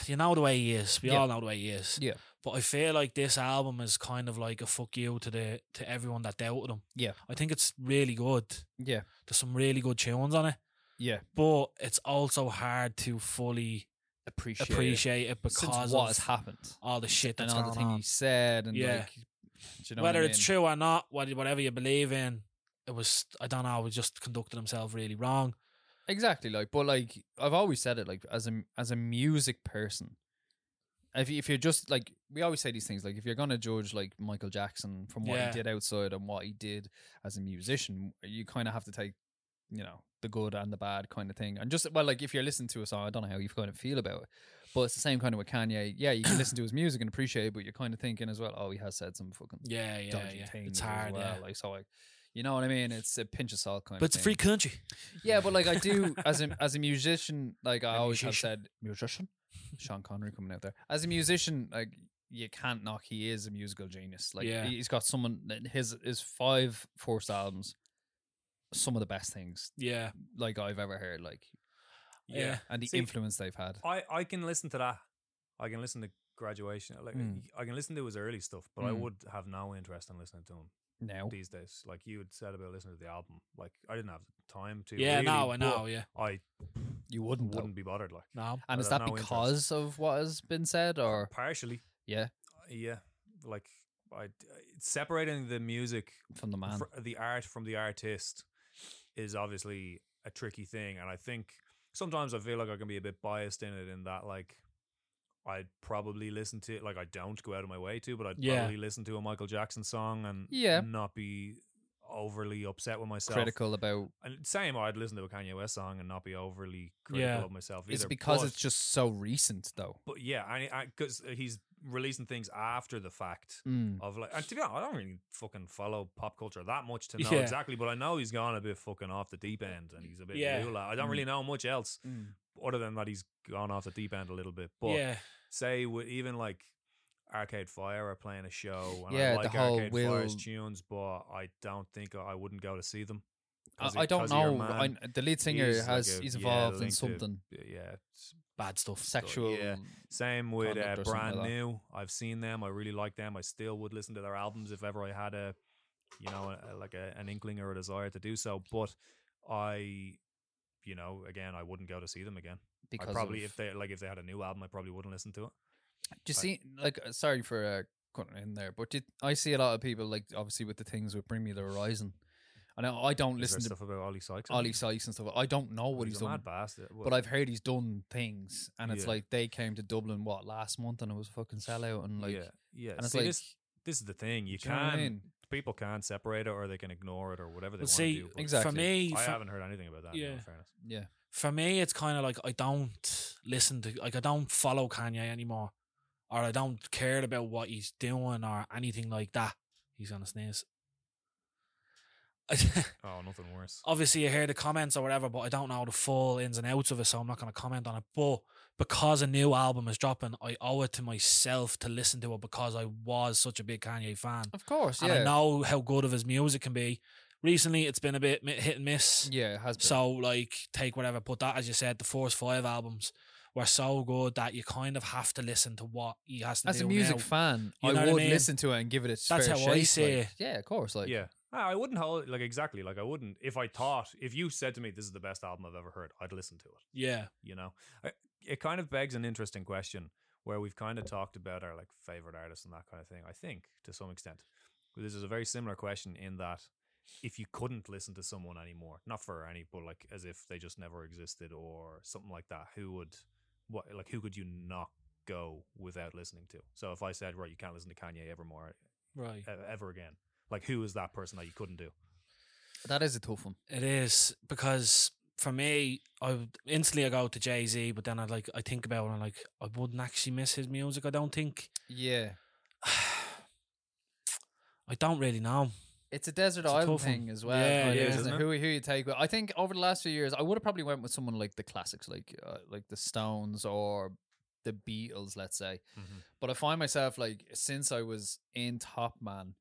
Speaker 2: You know the way he is. We
Speaker 1: Yeah.
Speaker 2: all know the way he is.
Speaker 1: Yeah.
Speaker 2: But I feel like this album is kind of like a fuck you to the to everyone that doubted him.
Speaker 1: Yeah.
Speaker 2: I think it's really good.
Speaker 1: yeah,
Speaker 2: There's some really good tunes on it,
Speaker 1: yeah.
Speaker 2: but it's also hard to fully
Speaker 1: Appreciate,
Speaker 2: appreciate it
Speaker 1: it. Since
Speaker 2: because
Speaker 1: what
Speaker 2: of
Speaker 1: has happened
Speaker 2: all the shit
Speaker 1: and
Speaker 2: that's
Speaker 1: all the
Speaker 2: going
Speaker 1: thing
Speaker 2: on.
Speaker 1: he said, and
Speaker 2: Yeah.
Speaker 1: like, do you know what
Speaker 2: Whether
Speaker 1: I
Speaker 2: it's
Speaker 1: mean?
Speaker 2: true or not, what- whatever you believe in, it was I don't know. It was just conducted himself really wrong.
Speaker 1: exactly like, but like I've always said it, like as a as a music person, if you, if you're just like we always say these things, like if you're gonna judge like Michael Jackson from what
Speaker 2: Yeah.
Speaker 1: he did outside and what he did as a musician, you kind of have to take, you know, the good and the bad kind of thing, and just well, like if you're listening to a song, I don't know how you kind of feel about it. But it's the same kind of with Kanye. Yeah, you can listen
Speaker 2: [coughs]
Speaker 1: to his music and appreciate it, but you're kind of thinking as well, oh, he has said some fucking
Speaker 2: Yeah, yeah,
Speaker 1: dodgy
Speaker 2: yeah.
Speaker 1: things
Speaker 2: It's hard.
Speaker 1: as well.
Speaker 2: yeah.
Speaker 1: Like so, like you know what I mean? It's a pinch of salt kind
Speaker 2: but
Speaker 1: of.
Speaker 2: it's a
Speaker 1: thing.
Speaker 2: free country.
Speaker 1: Yeah, but like I do as a as a musician, like I
Speaker 2: A
Speaker 1: always have
Speaker 2: musician.
Speaker 1: said, musician, Sean Connery coming out there as a musician, like. You can't knock. He is a musical genius. Like
Speaker 2: Yeah.
Speaker 1: he's got someone. His his five first albums, some of the best things
Speaker 2: Yeah,
Speaker 1: like I've ever heard. Like
Speaker 2: yeah.
Speaker 1: and the
Speaker 3: See,
Speaker 1: influence they've had.
Speaker 3: I, I can listen to that. I can listen to graduation. Like
Speaker 1: Mm.
Speaker 3: I can listen to his early stuff, but I
Speaker 1: Mm.
Speaker 3: would have no interest in listening to him
Speaker 1: Now,
Speaker 3: these days. Like you had said about listening to the album. Like I didn't have the time to.
Speaker 2: Yeah,
Speaker 3: really,
Speaker 2: no, I
Speaker 3: but
Speaker 2: know. Yeah,
Speaker 3: I
Speaker 1: you wouldn't. though.
Speaker 3: wouldn't be bothered. Like
Speaker 2: no.
Speaker 1: And
Speaker 3: I'd
Speaker 1: is
Speaker 3: have
Speaker 1: that
Speaker 3: no interest.
Speaker 1: because of what has been said, or
Speaker 3: partially, Uh,
Speaker 1: yeah,
Speaker 3: yeah. Like I uh, separating the music,
Speaker 1: from the man?
Speaker 3: fr- the art from the artist, is obviously a tricky thing, and I think sometimes I feel like I can be a bit biased in it. In that, like I'd probably listen to like I don't go out of my way to, but I'd
Speaker 2: Yeah.
Speaker 3: probably listen to a Michael Jackson song and
Speaker 1: Yeah.
Speaker 3: not be overly upset with myself.
Speaker 1: Critical about
Speaker 3: And same, I'd listen to a Kanye West song and not be overly critical
Speaker 2: Yeah.
Speaker 3: of myself either.
Speaker 1: it's because
Speaker 3: but-
Speaker 1: it's just so recent, though.
Speaker 3: but yeah, and because he's releasing things after the fact
Speaker 1: Mm.
Speaker 3: of like, and to be honest, I don't really fucking follow pop culture that much
Speaker 1: [laughs]
Speaker 3: to know
Speaker 2: Yeah.
Speaker 3: exactly, but I know he's gone a bit fucking off the deep end and he's a bit
Speaker 2: Yeah.
Speaker 3: lula. I don't
Speaker 1: Mm.
Speaker 3: really know much else
Speaker 1: Mm.
Speaker 3: other than that he's gone off the deep end a little bit. But
Speaker 2: yeah,
Speaker 3: say with even like Arcade Fire are playing a show, and
Speaker 1: Yeah,
Speaker 3: I
Speaker 1: the
Speaker 3: like
Speaker 1: whole
Speaker 3: Arcade Fire's
Speaker 1: will-
Speaker 3: tunes, but I don't think I wouldn't go to see them.
Speaker 1: I,
Speaker 3: 'Cause
Speaker 1: I
Speaker 3: he-
Speaker 1: don't
Speaker 3: 'cause of your
Speaker 1: know. I,
Speaker 3: man.
Speaker 1: the lead singer
Speaker 3: is like
Speaker 1: has
Speaker 3: a-
Speaker 1: he's
Speaker 3: yeah,
Speaker 1: involved in
Speaker 3: linked to-
Speaker 1: something
Speaker 3: yeah, it's
Speaker 2: bad stuff.
Speaker 1: sexual.
Speaker 3: yeah. Same with uh,
Speaker 1: Conduct or something
Speaker 3: brand
Speaker 1: like that.
Speaker 3: new. I've seen them. I really like them. I still would listen to their albums if ever I had a, you know, a, like a, an inkling or a desire to do so. But I, you know, again, I wouldn't go to see them again.
Speaker 1: Because
Speaker 3: I probably
Speaker 1: of-
Speaker 3: if they like if they had a new album, I probably wouldn't listen to it.
Speaker 1: Do you
Speaker 3: I-
Speaker 1: see, like, uh, sorry for uh, cutting in there, but did, I see a lot of people, like, obviously with the things with Bring Me the Horizon. I know I don't
Speaker 3: Is there
Speaker 1: listen to
Speaker 3: stuff about Ollie Sykes. in it?
Speaker 1: Ollie Sykes and stuff. I don't know
Speaker 3: Well,
Speaker 1: what he's,
Speaker 3: he's a
Speaker 1: done,
Speaker 3: mad bastard. Well,
Speaker 1: but I've heard he's done things, and it's
Speaker 3: Yeah.
Speaker 1: like they came to Dublin what last month, and it was a fucking sellout, and like,
Speaker 3: yeah, yeah.
Speaker 1: and it's
Speaker 3: See,
Speaker 1: like,
Speaker 3: this, this is the thing. You
Speaker 1: do you know what I
Speaker 3: can
Speaker 1: mean?
Speaker 3: people can separate it or they can ignore it or whatever they
Speaker 2: But
Speaker 3: want
Speaker 2: see,
Speaker 3: to do. but
Speaker 1: Exactly.
Speaker 2: for me,
Speaker 3: I
Speaker 2: for,
Speaker 3: haven't heard anything about that. Yeah,
Speaker 2: Yeah.
Speaker 3: in fairness.
Speaker 1: yeah,
Speaker 2: for me, it's kind of like I don't listen to, like I don't follow Kanye anymore, or I don't care about what he's doing or anything like that. He's gonna sneeze.
Speaker 3: Oh, nothing worse.
Speaker 2: [laughs] obviously you hear the comments or whatever, but I don't know the full ins and outs of it, so I'm not going to comment on it. But because a new album is dropping, I owe it to myself to listen to it because I was such a big Kanye fan.
Speaker 1: Of course,
Speaker 2: And I
Speaker 1: yeah.
Speaker 2: know how good of his music can be. Recently, it's been a bit mi- hit and miss.
Speaker 1: Yeah, it has been.
Speaker 2: So, like, take whatever. But that, as you said, the first five albums were so good that you kind of have to listen to what he has to
Speaker 1: As
Speaker 2: do
Speaker 1: a music
Speaker 2: now.
Speaker 1: fan,
Speaker 2: You know
Speaker 1: I
Speaker 2: what I
Speaker 1: would
Speaker 2: mean?
Speaker 1: listen to it and give it its
Speaker 2: That's
Speaker 1: fair
Speaker 2: how I
Speaker 1: shake,
Speaker 2: see
Speaker 1: like,
Speaker 2: it.
Speaker 1: Yeah, of course. Like,
Speaker 3: yeah. I I wouldn't hold like exactly like I wouldn't if I thought if you said to me this is the best album I've ever heard I'd listen to it
Speaker 2: yeah,
Speaker 3: you know I, it kind of begs an interesting question where we've kind of talked about our like favorite artists and that kind of thing i think to some extent but this is a very similar question in that if you couldn't listen to someone anymore not for any but like as if they just never existed or something like that who would what like who could you not go without listening to so if i said right you can't listen to kanye evermore
Speaker 2: right.
Speaker 3: e- ever again like who is that person that you couldn't do
Speaker 1: that is a tough one.
Speaker 2: It is because for me, I would instantly I go to Jay Z, but then I like I think about it and I'm like I wouldn't actually miss his music. I don't think. [sighs]
Speaker 1: Yeah,
Speaker 2: I don't really know.
Speaker 1: it's a desert
Speaker 2: It's a
Speaker 1: island
Speaker 2: tough one.
Speaker 1: thing as well.
Speaker 2: Yeah,
Speaker 1: kind
Speaker 2: it
Speaker 1: of,
Speaker 2: is,
Speaker 1: isn't it?
Speaker 3: isn't it?
Speaker 1: Who who you take? But I think over the last few years, I would have probably went with someone like the classics, like uh, like the Stones or the Beatles, let's say.
Speaker 2: Mm-hmm.
Speaker 1: But I find myself like since I was in Top Man,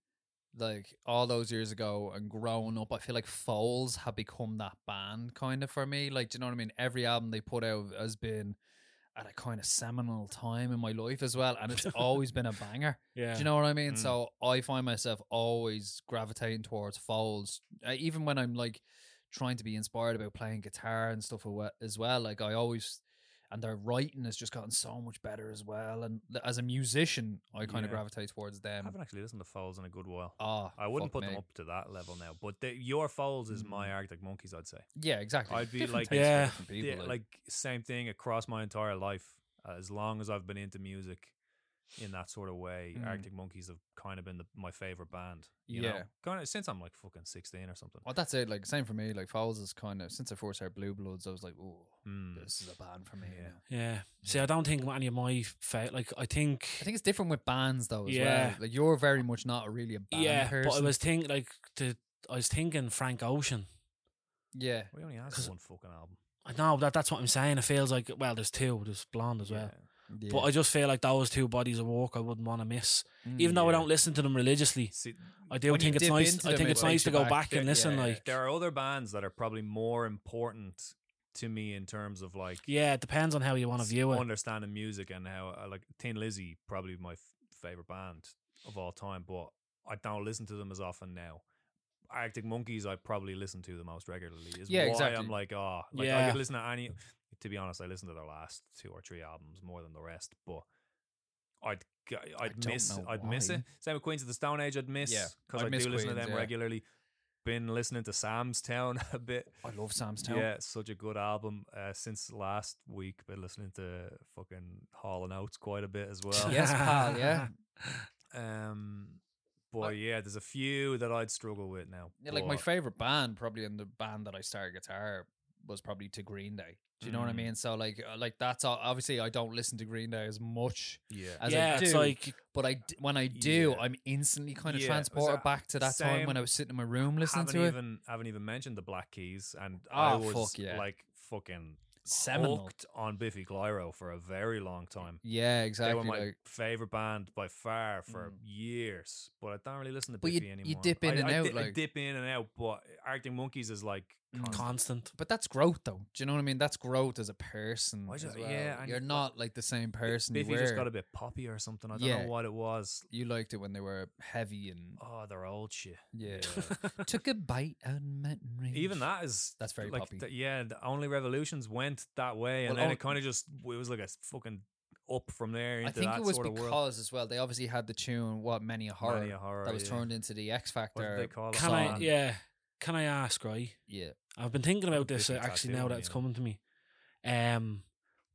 Speaker 1: like all those years ago and growing up, I feel like Foles have become that band kind of for me. Like, do you know what I mean? Every album they put out has been at a kind of seminal time in my life as well, and it's always been a banger.
Speaker 2: Yeah.
Speaker 1: Do you know what I mean?
Speaker 3: Mm.
Speaker 1: So I find myself always gravitating towards Foles, uh, even when I'm like trying to be inspired about playing guitar and stuff awe- as well. Like I always, and their writing has just gotten so much better as well. And th- as a musician, I kind of
Speaker 3: Yeah.
Speaker 1: gravitate towards
Speaker 3: i
Speaker 1: them.
Speaker 3: haven't actually listened to foles in a good while
Speaker 1: Ah,
Speaker 3: I wouldn't
Speaker 1: fuck
Speaker 3: put them
Speaker 1: me.
Speaker 3: up to that level now, but the, your Foles is my
Speaker 2: Mm.
Speaker 3: Arctic Monkeys, I'd say.
Speaker 1: Yeah, exactly.
Speaker 3: I'd be
Speaker 1: Different
Speaker 3: like-
Speaker 1: tastes for
Speaker 2: Yeah.
Speaker 1: different people,
Speaker 3: Yeah, like same thing across my entire life. Uh, As long as I've been into music in that sort of way,
Speaker 1: Mm.
Speaker 3: Arctic Monkeys have kind of been the, my favorite band. You know?
Speaker 1: Yeah.
Speaker 3: kind of since I'm like fucking sixteen or something.
Speaker 1: well, that's it. Like same for me. Like Foles is kind of since I first heard Blue Bloods, I was like, oh,
Speaker 3: Mm.
Speaker 1: this is a band for me.
Speaker 3: Yeah.
Speaker 1: now.
Speaker 2: Yeah. See, I don't think any of my fa- like I think.
Speaker 1: I think it's different with bands though as well.
Speaker 2: Yeah.
Speaker 1: Like you're very much not really a band
Speaker 2: yeah,
Speaker 1: person.
Speaker 2: but I was thinking like the I was thinking Frank Ocean.
Speaker 1: yeah.
Speaker 3: We only had
Speaker 2: 'Cause-
Speaker 3: one fucking album.
Speaker 2: I know that that's what I'm saying. It feels like well, there's two, there's blonde as well.
Speaker 1: yeah.
Speaker 2: But I just feel like those two bodies of work I wouldn't want to miss,
Speaker 1: Mm.
Speaker 2: even though I
Speaker 3: yeah.
Speaker 2: don't listen to them religiously.
Speaker 3: See, eh,
Speaker 2: I do
Speaker 1: When you
Speaker 2: think it's
Speaker 1: dip
Speaker 2: nice.
Speaker 1: into
Speaker 2: I
Speaker 1: them,
Speaker 2: think
Speaker 1: it
Speaker 2: it's nice
Speaker 1: takes
Speaker 2: to
Speaker 1: you
Speaker 2: go
Speaker 1: back.
Speaker 2: back,
Speaker 1: Yeah,
Speaker 2: and listen.
Speaker 1: yeah,
Speaker 2: like, yeah.
Speaker 3: there are other bands that are probably more important to me in terms of like
Speaker 2: it depends on how you want to
Speaker 3: s-
Speaker 2: view it.
Speaker 3: Understanding music and how I like Tin Lizzy, probably my f- favorite band of all time, but I don't listen to them as often now. Arctic Monkeys, I probably listen to the most regularly. Is
Speaker 1: Yeah,
Speaker 3: why
Speaker 1: exactly.
Speaker 3: I'm like, oh, like I
Speaker 2: Yeah.
Speaker 3: could listen to any. To be honest, I listen to their last two or three albums more than the rest, but I'd g- I'd
Speaker 1: don't
Speaker 3: miss
Speaker 1: know
Speaker 3: I'd miss
Speaker 1: why.
Speaker 3: it. Same with Queens of the Stone Age, I'd miss
Speaker 1: Yeah,
Speaker 3: because
Speaker 1: I'd
Speaker 3: I do
Speaker 1: miss
Speaker 3: listen to
Speaker 1: Queens,
Speaker 3: them
Speaker 1: yeah.
Speaker 3: regularly. Been listening to Sam's Town [laughs] a bit.
Speaker 1: I love Sam's Town.
Speaker 3: Yeah, it's such a good album. Uh, since last week, been listening to fucking Hall and Oates quite
Speaker 1: [laughs]
Speaker 3: a bit as
Speaker 2: [laughs]
Speaker 3: well.
Speaker 1: Yes, pal, yeah.
Speaker 3: Um, but
Speaker 1: I-
Speaker 3: yeah, there's a few that I'd struggle with now.
Speaker 1: Uh Yeah, like my
Speaker 3: but-
Speaker 1: favorite band, probably in the band that I started guitar, was probably to Green Day. Do you know what I
Speaker 3: Mm.
Speaker 1: mean? So like, uh, like that's all, obviously I don't listen to Green Day as much,
Speaker 3: yeah.
Speaker 1: as I
Speaker 2: yeah, it's
Speaker 1: do,
Speaker 2: like
Speaker 1: but I d- when I do,
Speaker 3: Yeah.
Speaker 1: I'm instantly kind of
Speaker 3: Yeah,
Speaker 1: transported
Speaker 3: so-
Speaker 1: back to that time when
Speaker 3: same.
Speaker 1: I was sitting in my room listening
Speaker 3: haven't
Speaker 1: to it.
Speaker 3: even haven't even mentioned the Black Keys, and I
Speaker 1: Ah,
Speaker 3: was
Speaker 1: fuck yeah.
Speaker 3: like fucking
Speaker 1: Seminal.
Speaker 3: hooked on Biffy Clyro for a very long time.
Speaker 1: Yeah,
Speaker 3: They
Speaker 1: exactly.
Speaker 3: were my
Speaker 1: like,
Speaker 3: favorite band by far for
Speaker 1: Mm.
Speaker 3: years, but I don't really listen to
Speaker 1: But you-
Speaker 3: Biffy
Speaker 1: you
Speaker 3: anymore.
Speaker 1: dip in
Speaker 3: I-
Speaker 1: and
Speaker 3: I
Speaker 1: out,
Speaker 3: di- I
Speaker 1: like-
Speaker 3: dip in and out, but Arctic Monkeys is like
Speaker 1: Mm.
Speaker 3: constant.
Speaker 2: constant.
Speaker 1: but that's growth, though. Do you know what I mean? That's growth as a person.
Speaker 3: I
Speaker 1: as
Speaker 3: just-
Speaker 1: well.
Speaker 3: yeah, and
Speaker 1: you're
Speaker 3: you-
Speaker 1: not like the same person.
Speaker 3: Biffy
Speaker 1: you were.
Speaker 3: just got a bit poppy or something. I don't
Speaker 1: Yeah.
Speaker 3: know what it was.
Speaker 1: you liked it when they were heavy and
Speaker 3: Oh, they're old shit. [laughs]
Speaker 1: yeah. [laughs] Took a bite on mountain range.
Speaker 3: Even that is
Speaker 1: That's very
Speaker 3: like
Speaker 1: poppy.
Speaker 3: th- yeah. The only revolutions went that way, and
Speaker 1: Well,
Speaker 3: then
Speaker 1: on-
Speaker 3: it kind of just it was like a s- fucking up from there into
Speaker 1: I think
Speaker 3: that
Speaker 1: it was
Speaker 3: sort of
Speaker 1: because
Speaker 3: world.
Speaker 1: as well they obviously had the tune what many a horror
Speaker 3: Mania horror
Speaker 1: that was
Speaker 3: yeah.
Speaker 1: turned into the X
Speaker 3: What did
Speaker 1: Factor.
Speaker 3: they call it?
Speaker 2: Can I?
Speaker 1: song.
Speaker 2: Yeah. Can I ask? Right.
Speaker 1: Yeah,
Speaker 2: I've been thinking about this uh,
Speaker 3: Different
Speaker 2: actually
Speaker 3: tattoo,
Speaker 2: now that
Speaker 3: you
Speaker 2: it's
Speaker 3: know.
Speaker 2: coming to me. Um,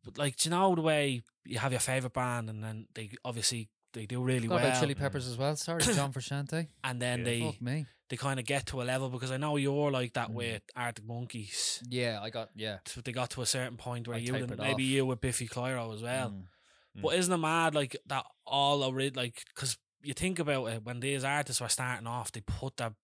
Speaker 2: but like, do you know the way you have your favorite band, and then they obviously they do really
Speaker 1: Forgot about
Speaker 2: well,
Speaker 1: Chili Peppers as well. Sorry, John Frusciante.
Speaker 2: and then
Speaker 3: Yeah.
Speaker 2: they
Speaker 1: Fuck me.
Speaker 2: they kind of get to a level because I know you're like that
Speaker 1: Mm.
Speaker 2: with Arctic Monkeys.
Speaker 1: Yeah, I got yeah.
Speaker 2: So they got to a certain point where
Speaker 1: I
Speaker 2: you
Speaker 1: type
Speaker 2: and
Speaker 1: it
Speaker 2: maybe
Speaker 1: off.
Speaker 2: you with Biffy Clyro as well.
Speaker 1: Mm.
Speaker 2: But isn't it mad like that all already like because you think about it when these artists were starting off, they put their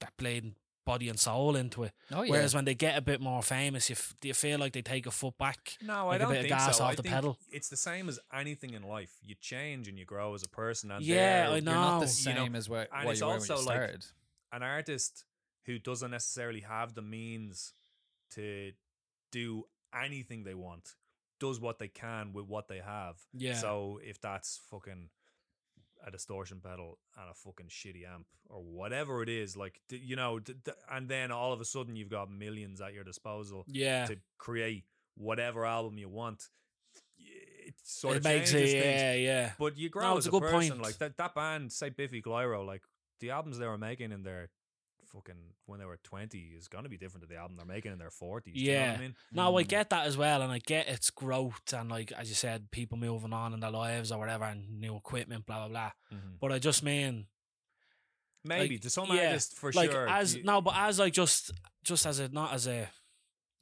Speaker 2: that blade body and soul into it.
Speaker 1: Oh yeah.
Speaker 2: Whereas when they get a bit more famous, you, f- you feel like they take a foot back.
Speaker 3: No,
Speaker 2: Like a
Speaker 3: I don't
Speaker 2: bit of
Speaker 3: think
Speaker 2: gas
Speaker 3: so.
Speaker 2: off
Speaker 3: I
Speaker 2: the
Speaker 3: think
Speaker 2: pedal.
Speaker 3: It's the same as anything in life. You change and you grow as a person. And
Speaker 2: Yeah,
Speaker 3: they're-
Speaker 2: I
Speaker 3: you're
Speaker 1: you're not
Speaker 2: No.
Speaker 1: the same
Speaker 3: You know,
Speaker 1: as where
Speaker 3: and
Speaker 1: what
Speaker 3: it's
Speaker 1: you were when you
Speaker 3: also, like,
Speaker 1: started.
Speaker 3: an artist who doesn't necessarily have the means to do anything they want does what they can with what they have.
Speaker 2: Yeah.
Speaker 3: So if that's fucking a distortion pedal and a fucking shitty amp or whatever it is, like d- you know, d- d- and then all of a sudden you've got millions at your disposal
Speaker 2: yeah.
Speaker 3: to create whatever album you want. It
Speaker 2: It
Speaker 3: sort of
Speaker 2: makes
Speaker 3: changes
Speaker 2: it,
Speaker 3: things.
Speaker 2: yeah, yeah.
Speaker 3: But you grow
Speaker 2: No, it's
Speaker 3: as
Speaker 2: a
Speaker 3: a,
Speaker 2: good
Speaker 3: person.
Speaker 2: point.
Speaker 3: Like that, that band, say Biffy Clyro, like the albums they were making in their fucking when they were twenty is gonna be different to the album they're making in their forties. you know
Speaker 2: Yeah.
Speaker 3: what I mean?
Speaker 2: No, I
Speaker 1: Mm.
Speaker 2: get that as well, and I get its growth and like as you said, people moving on in their lives or whatever, and new equipment, blah blah blah. But I just mean
Speaker 3: Mm-hmm. Maybe to some
Speaker 2: yeah,
Speaker 3: artists for
Speaker 2: like
Speaker 3: sure.
Speaker 2: as
Speaker 3: you-
Speaker 2: no, but as like just just as a not as a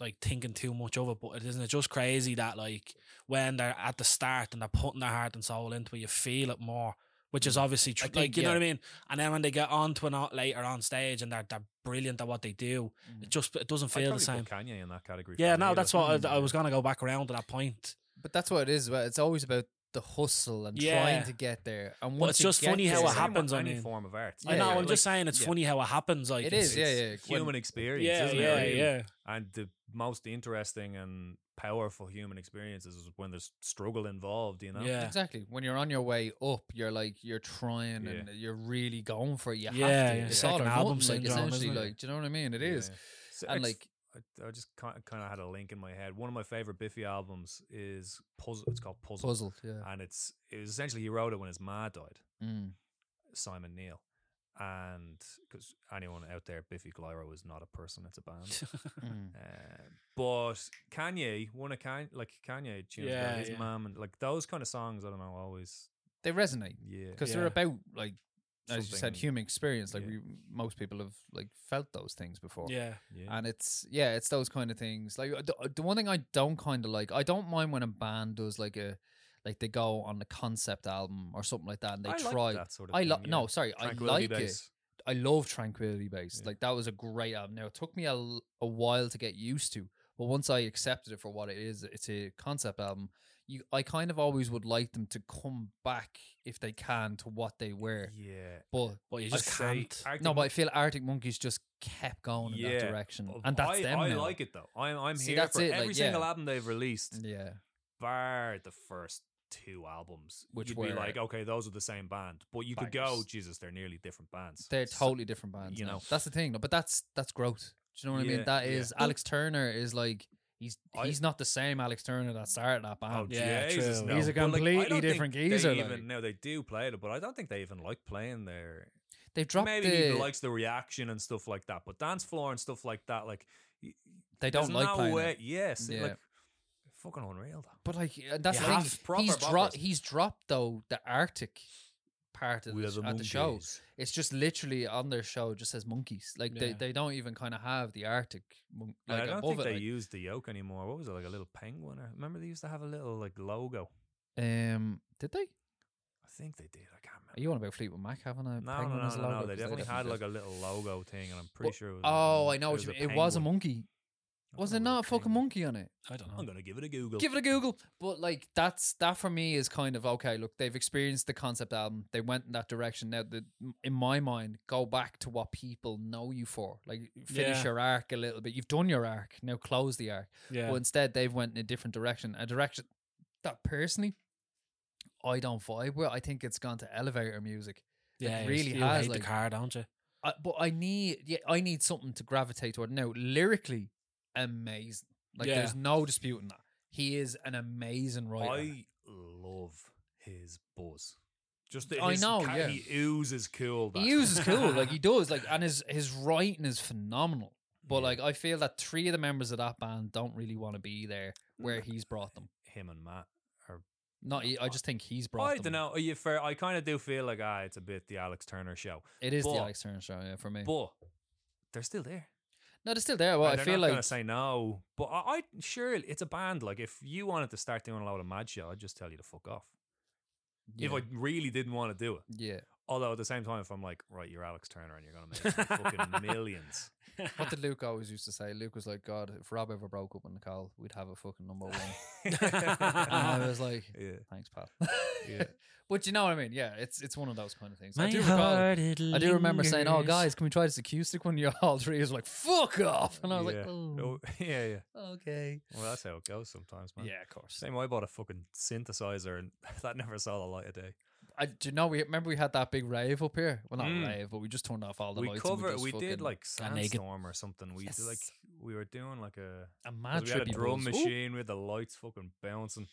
Speaker 2: like thinking too much of it, but it isn't it just crazy that like when they're at the start and they're putting their heart and soul into it, you feel it more, which is obviously true.
Speaker 1: Mm. think,
Speaker 2: Like you know
Speaker 1: yeah.
Speaker 2: what I mean. And then when they get onto an art later on stage and they're they're brilliant at what they do,
Speaker 1: Mm.
Speaker 2: it just it doesn't
Speaker 3: I'd
Speaker 2: feel the
Speaker 3: probably
Speaker 2: same.
Speaker 3: put Kanye in that category.
Speaker 2: Yeah,
Speaker 3: for me,
Speaker 2: no,
Speaker 3: like,
Speaker 2: that's what
Speaker 1: Mm.
Speaker 2: I, I was gonna go back around to that point.
Speaker 1: But that's what it is. well, It's always about the hustle and
Speaker 2: Yeah.
Speaker 1: trying to get there. And
Speaker 2: But
Speaker 1: once
Speaker 2: it's
Speaker 1: you
Speaker 2: just
Speaker 1: get
Speaker 2: funny how
Speaker 1: there-
Speaker 2: it
Speaker 3: [laughs] It's the same with
Speaker 2: happens, I
Speaker 3: Any
Speaker 2: mean.
Speaker 3: form of art.
Speaker 1: Yeah,
Speaker 2: I know.
Speaker 1: yeah,
Speaker 2: I'm
Speaker 1: like-
Speaker 2: just saying, it's
Speaker 1: yeah.
Speaker 2: funny how it happens. Like
Speaker 1: It
Speaker 2: it's-
Speaker 1: is, yeah,
Speaker 2: it's-
Speaker 1: yeah. When-
Speaker 3: human experience.
Speaker 2: yeah,
Speaker 3: isn't
Speaker 2: yeah,
Speaker 3: it, really?
Speaker 2: yeah.
Speaker 3: And the most interesting and powerful human experiences is when there's struggle involved. You know.
Speaker 2: Yeah.
Speaker 1: Exactly. When you're on your way up, you're like you're trying and you're really going for it. You
Speaker 2: Yeah,
Speaker 1: have to.
Speaker 2: yeah.
Speaker 1: It's all
Speaker 2: Second
Speaker 1: or
Speaker 2: album
Speaker 1: nothing, like,
Speaker 2: syndrome, isn't
Speaker 1: essentially,
Speaker 2: it?
Speaker 1: like do you know what I mean? It is.
Speaker 3: Yeah. So
Speaker 1: And
Speaker 3: it's-
Speaker 1: like
Speaker 3: I, I just kind of, kind of had a link in my head. One of my favorite Biffy albums is Puzzle. It's called Puzzle,
Speaker 1: puzzled. Yeah.
Speaker 3: and it's it was essentially he wrote it when his ma died,
Speaker 1: Mm.
Speaker 3: Simon Neil. And because anyone out there, Biffy Clyro is not a person; it's a band.
Speaker 1: [laughs]
Speaker 3: [laughs]
Speaker 1: Mm.
Speaker 3: Uh, but Kanye, one of Kanye, like Kanye tunes about
Speaker 2: Yeah,
Speaker 3: his
Speaker 2: yeah.
Speaker 3: mom and like those kind of songs. I don't know, always
Speaker 1: They resonate
Speaker 3: yeah.
Speaker 1: because
Speaker 2: Yeah.
Speaker 1: they're about like as you said,
Speaker 3: something-
Speaker 1: human experience. Like
Speaker 3: yeah.
Speaker 1: we, most people have like felt those things before.
Speaker 2: [laughs] yeah.
Speaker 3: Yeah.
Speaker 1: and it's yeah it's those kind of things like the, the one thing i don't kind of like i don't mind when a band does like a like they go on the concept album or something like that and they
Speaker 3: I like
Speaker 1: try
Speaker 3: that sort of
Speaker 1: i
Speaker 3: thing,
Speaker 1: love
Speaker 3: yeah.
Speaker 1: no sorry i
Speaker 3: Tranquility
Speaker 1: like it
Speaker 3: Base.
Speaker 1: i love tranquility base
Speaker 3: Yeah.
Speaker 1: like that was a great album now it took me a, l- a while to get used to but once i accepted it for what it is it's a concept album you i kind of always would like them to come back if they can to what they were
Speaker 3: Yeah,
Speaker 1: but
Speaker 2: But you
Speaker 1: I
Speaker 2: just
Speaker 3: say
Speaker 2: can't.
Speaker 3: Arctic
Speaker 1: no, but I
Speaker 3: Mon-
Speaker 1: feel Arctic Monkeys just kept going in that
Speaker 3: Yeah,
Speaker 1: direction,
Speaker 3: Well,
Speaker 1: and that's
Speaker 3: I,
Speaker 1: them
Speaker 3: I
Speaker 1: now.
Speaker 3: like it though. I'm I'm
Speaker 1: See,
Speaker 3: here
Speaker 1: that's
Speaker 3: for
Speaker 1: it, like,
Speaker 3: every single
Speaker 1: yeah.
Speaker 3: album they've released,
Speaker 1: Yeah,
Speaker 3: bar the first two albums.
Speaker 1: Which
Speaker 3: You'd
Speaker 1: were
Speaker 3: be like, okay, those are the same band, but you could go,
Speaker 1: bangers.
Speaker 3: Jesus, they're nearly different bands.
Speaker 1: they're
Speaker 3: So-
Speaker 1: totally different bands.
Speaker 3: you
Speaker 1: You know,
Speaker 3: know.
Speaker 1: that's the thing. But that's that's growth. Do you know what I
Speaker 3: Yeah,
Speaker 1: mean? That
Speaker 3: yeah.
Speaker 1: is Alex Turner is like he's
Speaker 3: I-
Speaker 1: he's not the same Alex Turner that started that
Speaker 3: Oh,
Speaker 1: band.
Speaker 2: Yeah,
Speaker 3: Jesus,
Speaker 2: true.
Speaker 3: no.
Speaker 1: He's a
Speaker 3: But, like, I
Speaker 1: completely
Speaker 3: don't think
Speaker 1: different
Speaker 3: they
Speaker 1: geezer,
Speaker 3: Even,
Speaker 1: like.
Speaker 3: No, they do play it, but I don't think they even like playing their
Speaker 1: They've dropped
Speaker 3: maybe
Speaker 1: the
Speaker 3: he likes the reaction and stuff like that, but dance floor and stuff like that, like y-
Speaker 1: they don't
Speaker 3: there's
Speaker 1: like
Speaker 3: no
Speaker 1: playing.
Speaker 3: way.
Speaker 1: It.
Speaker 3: Yes,
Speaker 1: Yeah.
Speaker 3: like fucking unreal. Though.
Speaker 1: But like uh, that's
Speaker 2: You
Speaker 1: the thing.
Speaker 2: have
Speaker 3: proper
Speaker 1: he's dropped
Speaker 3: boppers.
Speaker 1: he's dropped though the Arctic part of
Speaker 3: We
Speaker 1: the,
Speaker 3: are
Speaker 1: sh- at the show.
Speaker 3: monkeys.
Speaker 1: It's just literally on their show it just says monkeys. Like they,
Speaker 2: Yeah.
Speaker 1: they don't even kind of have the Arctic mon-
Speaker 3: And
Speaker 1: like
Speaker 3: I don't
Speaker 1: above
Speaker 3: think
Speaker 1: it.
Speaker 3: they
Speaker 1: like-
Speaker 3: use the yoke anymore. What was it like a little penguin? Or, remember they used to have a little like logo.
Speaker 1: Um, did they?
Speaker 3: I think they did. I can't
Speaker 1: Are
Speaker 3: remember.
Speaker 1: you on about Fleetwood Mac having a
Speaker 3: No,
Speaker 1: penguin
Speaker 3: no,
Speaker 1: as a
Speaker 3: no, no,
Speaker 1: logo?
Speaker 3: no. They
Speaker 1: 'Cause
Speaker 3: definitely had
Speaker 1: did.
Speaker 3: like a little logo thing, and I'm pretty
Speaker 1: But-
Speaker 3: sure. it was like, a
Speaker 1: Oh,
Speaker 3: mon-
Speaker 1: I know
Speaker 3: it
Speaker 1: what
Speaker 3: was
Speaker 1: you mean.
Speaker 3: a
Speaker 1: It was a
Speaker 3: penguin.
Speaker 1: monkey.
Speaker 3: I don't
Speaker 1: Was
Speaker 3: know
Speaker 1: there
Speaker 3: if was
Speaker 1: not a fucking
Speaker 3: penguin.
Speaker 1: monkey on it?
Speaker 2: I don't
Speaker 3: I'm
Speaker 2: know.
Speaker 3: gonna give it a Google.
Speaker 1: Give it a Google. But like that's that for me is kind of okay. Look, they've experienced the concept album. They went in that direction. Now, the, in my mind, go back to what people know you for. Like finish
Speaker 2: Yeah.
Speaker 1: your arc a little bit. You've done your arc. Now close the arc.
Speaker 2: Yeah.
Speaker 1: But instead, they've went in a different direction. A direction that personally, I don't vibe with. I think it's gone to elevator music.
Speaker 2: yeah, you-
Speaker 1: really
Speaker 2: you
Speaker 1: has,
Speaker 2: hate
Speaker 1: like-
Speaker 2: the car, don't you?
Speaker 1: I, but I need yeah, I need something to gravitate toward. Now, lyrically, amazing. Like
Speaker 2: Yeah.
Speaker 1: there's no disputing that. He is an amazing writer.
Speaker 3: I love his buzz. Just the,
Speaker 1: I
Speaker 3: his
Speaker 1: know,
Speaker 3: ca-
Speaker 1: yeah.
Speaker 3: He oozes cool. that.
Speaker 1: he uses cool, like
Speaker 3: [laughs]
Speaker 1: he does. Like and his his writing is phenomenal. But
Speaker 3: Yeah.
Speaker 1: like I feel that three of the members of that band don't really want to be there where he's brought them.
Speaker 3: him and Matt.
Speaker 1: Not he- I just think he's brought
Speaker 3: I
Speaker 1: them.
Speaker 3: don't know. Are you fair? I kind of do feel like ah, it's a bit the Alex Turner show,
Speaker 1: It is the
Speaker 3: But-
Speaker 1: Alex Turner show, yeah, for me.
Speaker 3: but they're still there.
Speaker 1: no, they're still there. Well,
Speaker 3: And
Speaker 1: I
Speaker 3: they're
Speaker 1: feel
Speaker 3: not gonna
Speaker 1: like
Speaker 3: say no, but I, I sure it's a band. Like if you wanted to start doing a lot of mad show, I'd just tell you to fuck off.
Speaker 1: yeah,
Speaker 3: If I really didn't want to do it,
Speaker 1: yeah.
Speaker 3: Although at the same time, if I'm like, right, you're Alex Turner and you're gonna make some fucking
Speaker 1: [laughs]
Speaker 3: millions. [laughs]
Speaker 1: What did Luke always used to say? Luke was like, God, if Rob ever broke up with Nicole, we'd have a fucking number one. and
Speaker 3: [laughs]
Speaker 1: I was like,
Speaker 3: yeah.
Speaker 1: thanks, pal. [laughs]
Speaker 3: Yeah.
Speaker 1: but you know what I mean? Yeah, it's it's one of those kind of things.
Speaker 2: My
Speaker 1: I do recall.
Speaker 2: heart, it
Speaker 1: I do remember saying, "Oh,
Speaker 2: lingers."
Speaker 1: guys, can we try this acoustic one?" [laughs] You're all three is like, "Fuck off!" And I was
Speaker 3: Yeah.
Speaker 1: like, "Oh,
Speaker 3: Oh, [laughs] yeah, yeah.
Speaker 1: okay."
Speaker 3: Well, that's how it goes sometimes, man.
Speaker 1: Yeah, of course.
Speaker 3: Same. I bought a fucking synthesizer, and [laughs] that never saw the light of day.
Speaker 1: I do you know we remember we had that big rave up here. Well, not
Speaker 3: Mm.
Speaker 1: rave, but we just turned off all the
Speaker 3: We
Speaker 1: lights.
Speaker 3: cover.
Speaker 1: and we,
Speaker 3: We
Speaker 1: just
Speaker 3: did
Speaker 1: fucking-
Speaker 3: like
Speaker 2: a naked-
Speaker 3: sandstorm or something. We did, like
Speaker 1: Yes.
Speaker 3: we were doing like a.
Speaker 1: a
Speaker 3: 'cause
Speaker 1: mad
Speaker 3: We had a
Speaker 1: trippy
Speaker 3: drum
Speaker 1: buzz. Ooh.
Speaker 3: machine with the lights fucking
Speaker 1: [laughs]
Speaker 3: bouncing.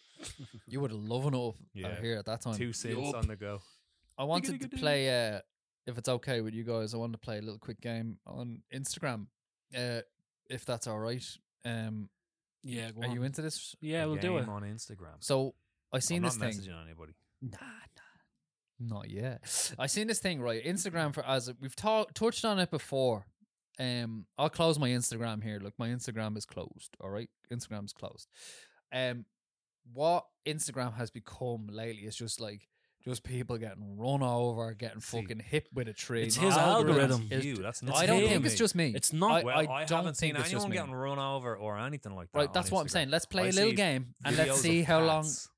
Speaker 1: You would have loving it up
Speaker 3: Yeah.
Speaker 1: out here at that time.
Speaker 3: Two synths
Speaker 2: Yup.
Speaker 3: on the go.
Speaker 1: I wanted to
Speaker 3: Digga-digga-digga.
Speaker 1: play. Uh, if it's okay with you guys, I wanted to play a little quick game on Instagram. Uh, if that's all right. Um,
Speaker 2: Yeah, go
Speaker 1: are
Speaker 2: on.
Speaker 1: you into this?
Speaker 2: yeah, we'll do
Speaker 3: Game
Speaker 2: it.
Speaker 3: on Instagram.
Speaker 1: So I
Speaker 3: I'm
Speaker 1: seen
Speaker 3: not
Speaker 1: this thing.
Speaker 3: messaging anybody.
Speaker 1: Nah, nah, not yet. I seen this thing right. Instagram for as we've ta- touched on it before. Um, I'll close my Instagram here. Look, my Instagram is closed. All right, Instagram's closed. Um, what Instagram has become lately is just like just people getting run over, getting
Speaker 3: See,
Speaker 1: fucking hit with a tree.
Speaker 2: it's
Speaker 1: My
Speaker 2: his algorithm.
Speaker 1: is-
Speaker 3: You, that's not
Speaker 1: I don't
Speaker 2: him.
Speaker 1: think it's just me.
Speaker 2: It's not.
Speaker 1: I-
Speaker 3: Well, I,
Speaker 1: don't
Speaker 3: haven't seen
Speaker 1: think it's just
Speaker 3: anyone
Speaker 1: me.
Speaker 3: getting run over or anything like that.
Speaker 1: right. That's
Speaker 3: on
Speaker 1: what I'm
Speaker 3: Instagram.
Speaker 1: saying. Let's play
Speaker 3: I
Speaker 1: a little
Speaker 3: see
Speaker 1: game and
Speaker 3: Videos
Speaker 1: let's
Speaker 3: of
Speaker 1: see how long.
Speaker 3: cats.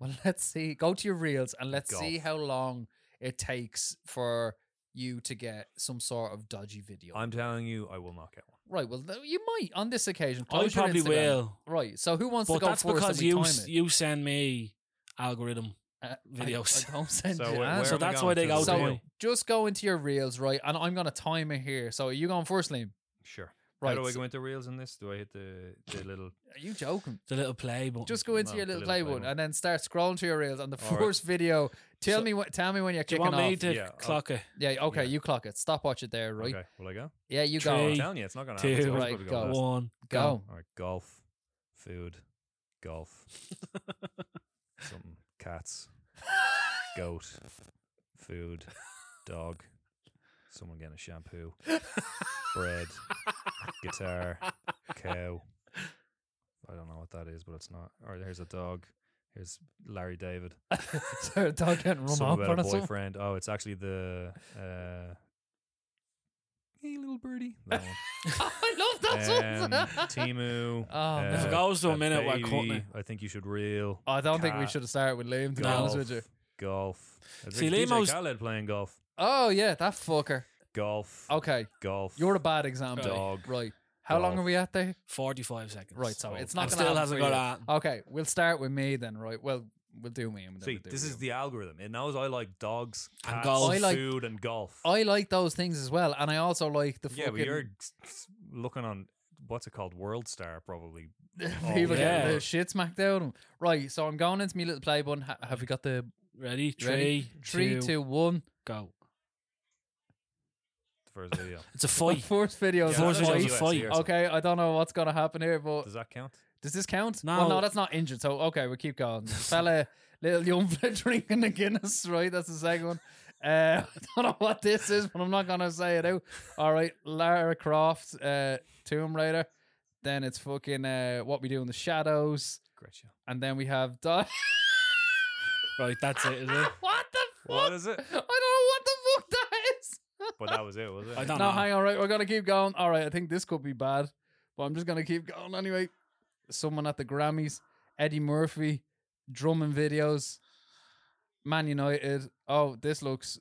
Speaker 1: Well, [laughs] let's see. Go to your reels and let's see
Speaker 3: Golf.
Speaker 1: how long it takes for you to get some sort of dodgy video.
Speaker 3: I'm telling you, I will not get one.
Speaker 1: right. Well, th- you might on this occasion.
Speaker 2: I
Speaker 1: Close your
Speaker 2: probably
Speaker 1: Instagram.
Speaker 2: will.
Speaker 1: Right. So who wants
Speaker 2: But
Speaker 1: to go
Speaker 2: that's
Speaker 1: first? and
Speaker 2: because
Speaker 1: we
Speaker 2: you
Speaker 1: time
Speaker 2: s-
Speaker 1: it?
Speaker 2: you send me algorithm. [laughs]
Speaker 1: Uh, I-
Speaker 2: videos.
Speaker 1: I, don't send
Speaker 3: So
Speaker 1: you
Speaker 3: where-
Speaker 1: ads.
Speaker 3: where
Speaker 2: So
Speaker 3: am I
Speaker 2: that's
Speaker 3: going?
Speaker 2: why they
Speaker 3: To
Speaker 2: go
Speaker 3: the
Speaker 2: to
Speaker 1: ah, So
Speaker 3: video?
Speaker 2: you.
Speaker 1: just go into your reels, right? And I'm gonna time it here. So are you going first, Liam?
Speaker 3: Sure.
Speaker 1: Right.
Speaker 3: How do I go
Speaker 1: so-
Speaker 3: into reels in this? Do I hit the, the little?
Speaker 1: are you joking?
Speaker 2: The little play button.
Speaker 1: Just go into
Speaker 3: No,
Speaker 1: your
Speaker 3: the
Speaker 1: little
Speaker 3: little play
Speaker 1: play button
Speaker 3: button.
Speaker 1: and then start scrolling to your reels. And the
Speaker 3: All right.
Speaker 1: first video, tell
Speaker 2: So-
Speaker 1: me what, tell me when you're
Speaker 2: Do you
Speaker 1: kicking
Speaker 2: want me
Speaker 1: off.
Speaker 2: to
Speaker 3: Yeah, I'll-
Speaker 2: clock it?
Speaker 1: Yeah, okay,
Speaker 3: Yeah.
Speaker 1: you clock it. Stop watch it there, right?
Speaker 3: Okay. Will I go? Oh,
Speaker 1: Yeah, you
Speaker 3: I'm
Speaker 1: go.
Speaker 2: Three,
Speaker 3: telling you, it's not going to
Speaker 2: two,
Speaker 3: happen. It's always
Speaker 1: right,
Speaker 3: gotta
Speaker 1: go.
Speaker 3: last.
Speaker 2: One.
Speaker 1: Go. [laughs]
Speaker 3: All right, golf, food, golf, something, cats, goat, food, dog, someone getting a shampoo, bread, guitar, cow. I don't know what that is, but it's not. All right, here's a dog. Here's Larry David.
Speaker 1: so a dog getting run
Speaker 3: Something
Speaker 1: off
Speaker 3: about
Speaker 1: or
Speaker 3: a
Speaker 1: something.
Speaker 3: boyfriend. Oh, it's actually the. Uh, Hey little birdie,
Speaker 1: [laughs]
Speaker 3: that one.
Speaker 1: [laughs] I love
Speaker 3: um,
Speaker 1: that song. [laughs]
Speaker 3: Timu.
Speaker 1: Oh, man.
Speaker 2: If
Speaker 1: Uh,
Speaker 2: it goes to a
Speaker 3: Uh,
Speaker 2: minute, we're
Speaker 3: baby,
Speaker 2: cutting it.
Speaker 3: I think you should reel.
Speaker 1: I don't think we
Speaker 3: cat,
Speaker 1: should have started with Liam, to be
Speaker 2: golf.
Speaker 1: honest with you.
Speaker 3: Golf. I think
Speaker 2: See,
Speaker 3: DJ
Speaker 2: Lemos-
Speaker 3: Khaled playing golf.
Speaker 1: Oh, yeah, that fucker.
Speaker 3: Golf.
Speaker 1: Okay,
Speaker 3: Golf.
Speaker 1: you're a bad example.
Speaker 3: Dog.
Speaker 1: Right. How long
Speaker 3: Golf.
Speaker 1: are we at there?
Speaker 2: Forty-five seconds.
Speaker 1: Right, so it's
Speaker 2: And
Speaker 1: not going
Speaker 2: still hasn't got
Speaker 1: to
Speaker 2: that.
Speaker 1: Okay, we'll start with me then, right? Well, we'll do me. And then
Speaker 3: See,
Speaker 1: we'll do
Speaker 3: this
Speaker 1: you.
Speaker 3: is the algorithm. It knows I like dogs,
Speaker 2: And
Speaker 3: cats,
Speaker 2: golf.
Speaker 1: I like-
Speaker 3: food, and golf.
Speaker 1: I like those things as well, and I also like the
Speaker 3: yeah,
Speaker 1: fucking
Speaker 3: but you're s- s- looking on what's it called, World Star, probably. Oh,
Speaker 1: [laughs] people
Speaker 2: yeah.
Speaker 1: getting their shit smacked out. of 'em. Right, so I'm going into my little play button. Ha- have you got the
Speaker 2: Ready?
Speaker 1: Ready?
Speaker 2: Three,
Speaker 1: three,
Speaker 2: two,
Speaker 1: two, one?
Speaker 2: go.
Speaker 3: The first video.
Speaker 1: [laughs]
Speaker 2: It's a fight.
Speaker 1: First video.
Speaker 3: Yeah,
Speaker 1: is
Speaker 2: Forza
Speaker 3: that's
Speaker 1: a
Speaker 2: Horizon
Speaker 3: US,
Speaker 2: fight.
Speaker 3: here's-
Speaker 1: Okay, I don't know what's gonna happen here, but
Speaker 3: Does that count?
Speaker 1: does this count?
Speaker 2: No.
Speaker 1: Well, no, that's not injured. So okay, we keep
Speaker 2: [laughs]
Speaker 1: going. There's a fella, little young fella [laughs] drinking the Guinness, right? That's the second one. Uh, [laughs] I don't know what this is, but I'm not gonna say it out. All right, Lara Croft, uh, Tomb Raider. Then it's fucking uh, what we do in the shadows,
Speaker 3: Great show.
Speaker 1: and then we have [laughs] Don.
Speaker 2: Oh, Right, that's it, is it?
Speaker 1: what the fuck?
Speaker 3: What is it?
Speaker 1: I don't know what the fuck that is.
Speaker 3: But that
Speaker 1: [laughs]
Speaker 3: was it, was it?
Speaker 2: I don't
Speaker 1: No,
Speaker 2: know.
Speaker 1: hang on, right? We're gonna keep going. All right, I think this could be bad, but I'm just gonna keep going anyway. Someone at the Grammys, Eddie Murphy, drumming videos, Man United. Oh, this looks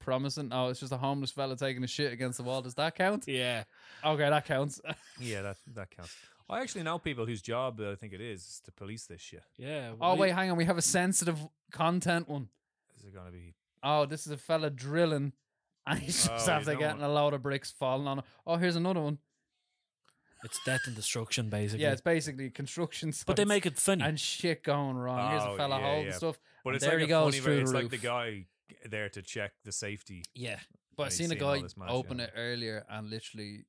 Speaker 1: promising. Oh, it's just a homeless fella taking a shit against the wall. Does that count?
Speaker 2: Yeah.
Speaker 1: Okay, that counts. [laughs]
Speaker 3: Yeah, that that counts. I actually know people whose job uh, I think it is is to police this shit.
Speaker 2: Yeah.
Speaker 1: Oh
Speaker 2: we-
Speaker 1: wait, hang on. We have a sensitive content one.
Speaker 3: Is it going to be?
Speaker 1: Oh, this is a fella drilling, [laughs] and he's just
Speaker 3: Oh, you
Speaker 1: after
Speaker 3: know
Speaker 1: getting
Speaker 3: what?
Speaker 1: a load of bricks falling on. him. Oh, here's another one.
Speaker 2: It's death and destruction, basically.
Speaker 1: Yeah, it's basically construction.
Speaker 2: but they
Speaker 1: sites.
Speaker 2: make it funny.
Speaker 1: and shit going wrong. Here's a
Speaker 3: Hmm. Oh,
Speaker 1: fella
Speaker 3: yeah,
Speaker 1: holding
Speaker 3: yeah.
Speaker 1: stuff.
Speaker 3: But
Speaker 1: and
Speaker 3: it's
Speaker 1: there
Speaker 3: like
Speaker 1: he
Speaker 3: a
Speaker 1: goes
Speaker 3: funny,
Speaker 1: through
Speaker 3: ver- It's
Speaker 1: the
Speaker 3: like the
Speaker 1: roof.
Speaker 3: guy there to check the safety.
Speaker 2: yeah.
Speaker 1: [laughs] But I
Speaker 3: I've
Speaker 1: seen a
Speaker 3: seen all
Speaker 1: guy
Speaker 3: this match,
Speaker 1: open
Speaker 3: yeah.
Speaker 1: it earlier, and literally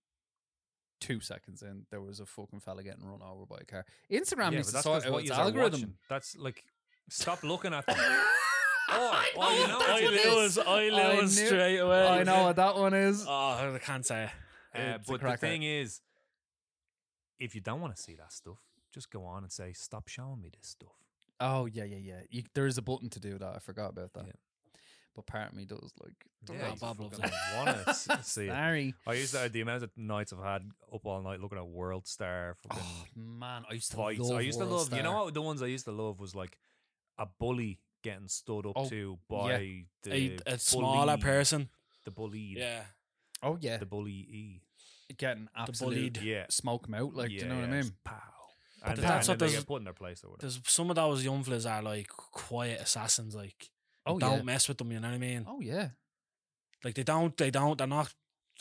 Speaker 1: two seconds in, there was a fucking fella getting run over by a car. Instagram
Speaker 3: Yeah,
Speaker 1: needs
Speaker 3: but
Speaker 1: to
Speaker 3: that's
Speaker 1: sort
Speaker 3: 'cause
Speaker 1: out
Speaker 3: what
Speaker 1: its
Speaker 3: yous are
Speaker 1: algorithm.
Speaker 3: watching. uh, That's like stop
Speaker 1: [laughs]
Speaker 3: looking at them. Uh,
Speaker 1: I
Speaker 3: Or- or you
Speaker 1: know
Speaker 3: know
Speaker 1: Oh, what
Speaker 3: what
Speaker 1: that
Speaker 2: I
Speaker 1: one
Speaker 3: it
Speaker 2: knew
Speaker 1: is.
Speaker 2: it. I knew
Speaker 1: I
Speaker 2: it
Speaker 1: knew-
Speaker 2: straight away.
Speaker 1: I know what that one [laughs] is.
Speaker 2: [laughs] Oh, I can't say it.
Speaker 3: Uh,
Speaker 1: It's a
Speaker 3: but the
Speaker 1: cracker.
Speaker 3: thing is, if you don't want to see that stuff, just go on and say, "Stop showing me this stuff."
Speaker 1: Oh yeah, yeah, yeah. You, there is a button to do that. I forgot about that.
Speaker 3: Yeah.
Speaker 1: But part of me does like. "Ah,
Speaker 2: Yeah,
Speaker 3: you
Speaker 2: Bob loves
Speaker 3: [laughs] fucking wanna s- see it.
Speaker 1: Sorry.
Speaker 3: I used to, uh, the amount of nights I've had up all night looking at World Star fucking
Speaker 1: Oh man, I used to
Speaker 3: fights.
Speaker 1: love.
Speaker 3: I used to
Speaker 1: World
Speaker 3: love, you know
Speaker 1: Star.
Speaker 3: what? The ones I used to love was like a bully getting stood up
Speaker 1: Oh,
Speaker 3: to by the
Speaker 2: a, a smaller
Speaker 3: bully-
Speaker 2: person.
Speaker 3: The bullied.
Speaker 2: Yeah.
Speaker 1: Oh yeah,
Speaker 3: The bully E.
Speaker 1: getting absolute
Speaker 2: bullied.
Speaker 3: Yeah.
Speaker 1: smoke 'em out. Like, do you know what I
Speaker 3: yeah,
Speaker 1: mean?
Speaker 3: just Pow. And,
Speaker 2: that's
Speaker 3: that's
Speaker 2: what
Speaker 3: and then they
Speaker 2: there's-
Speaker 3: get put in their place or whatever.
Speaker 2: There's some of those young fellas are like quiet assassins. Like,
Speaker 1: Oh
Speaker 2: don't
Speaker 1: yeah.
Speaker 2: mess with them. You know what I mean?
Speaker 1: Oh yeah.
Speaker 2: Like they don't. They don't. They're not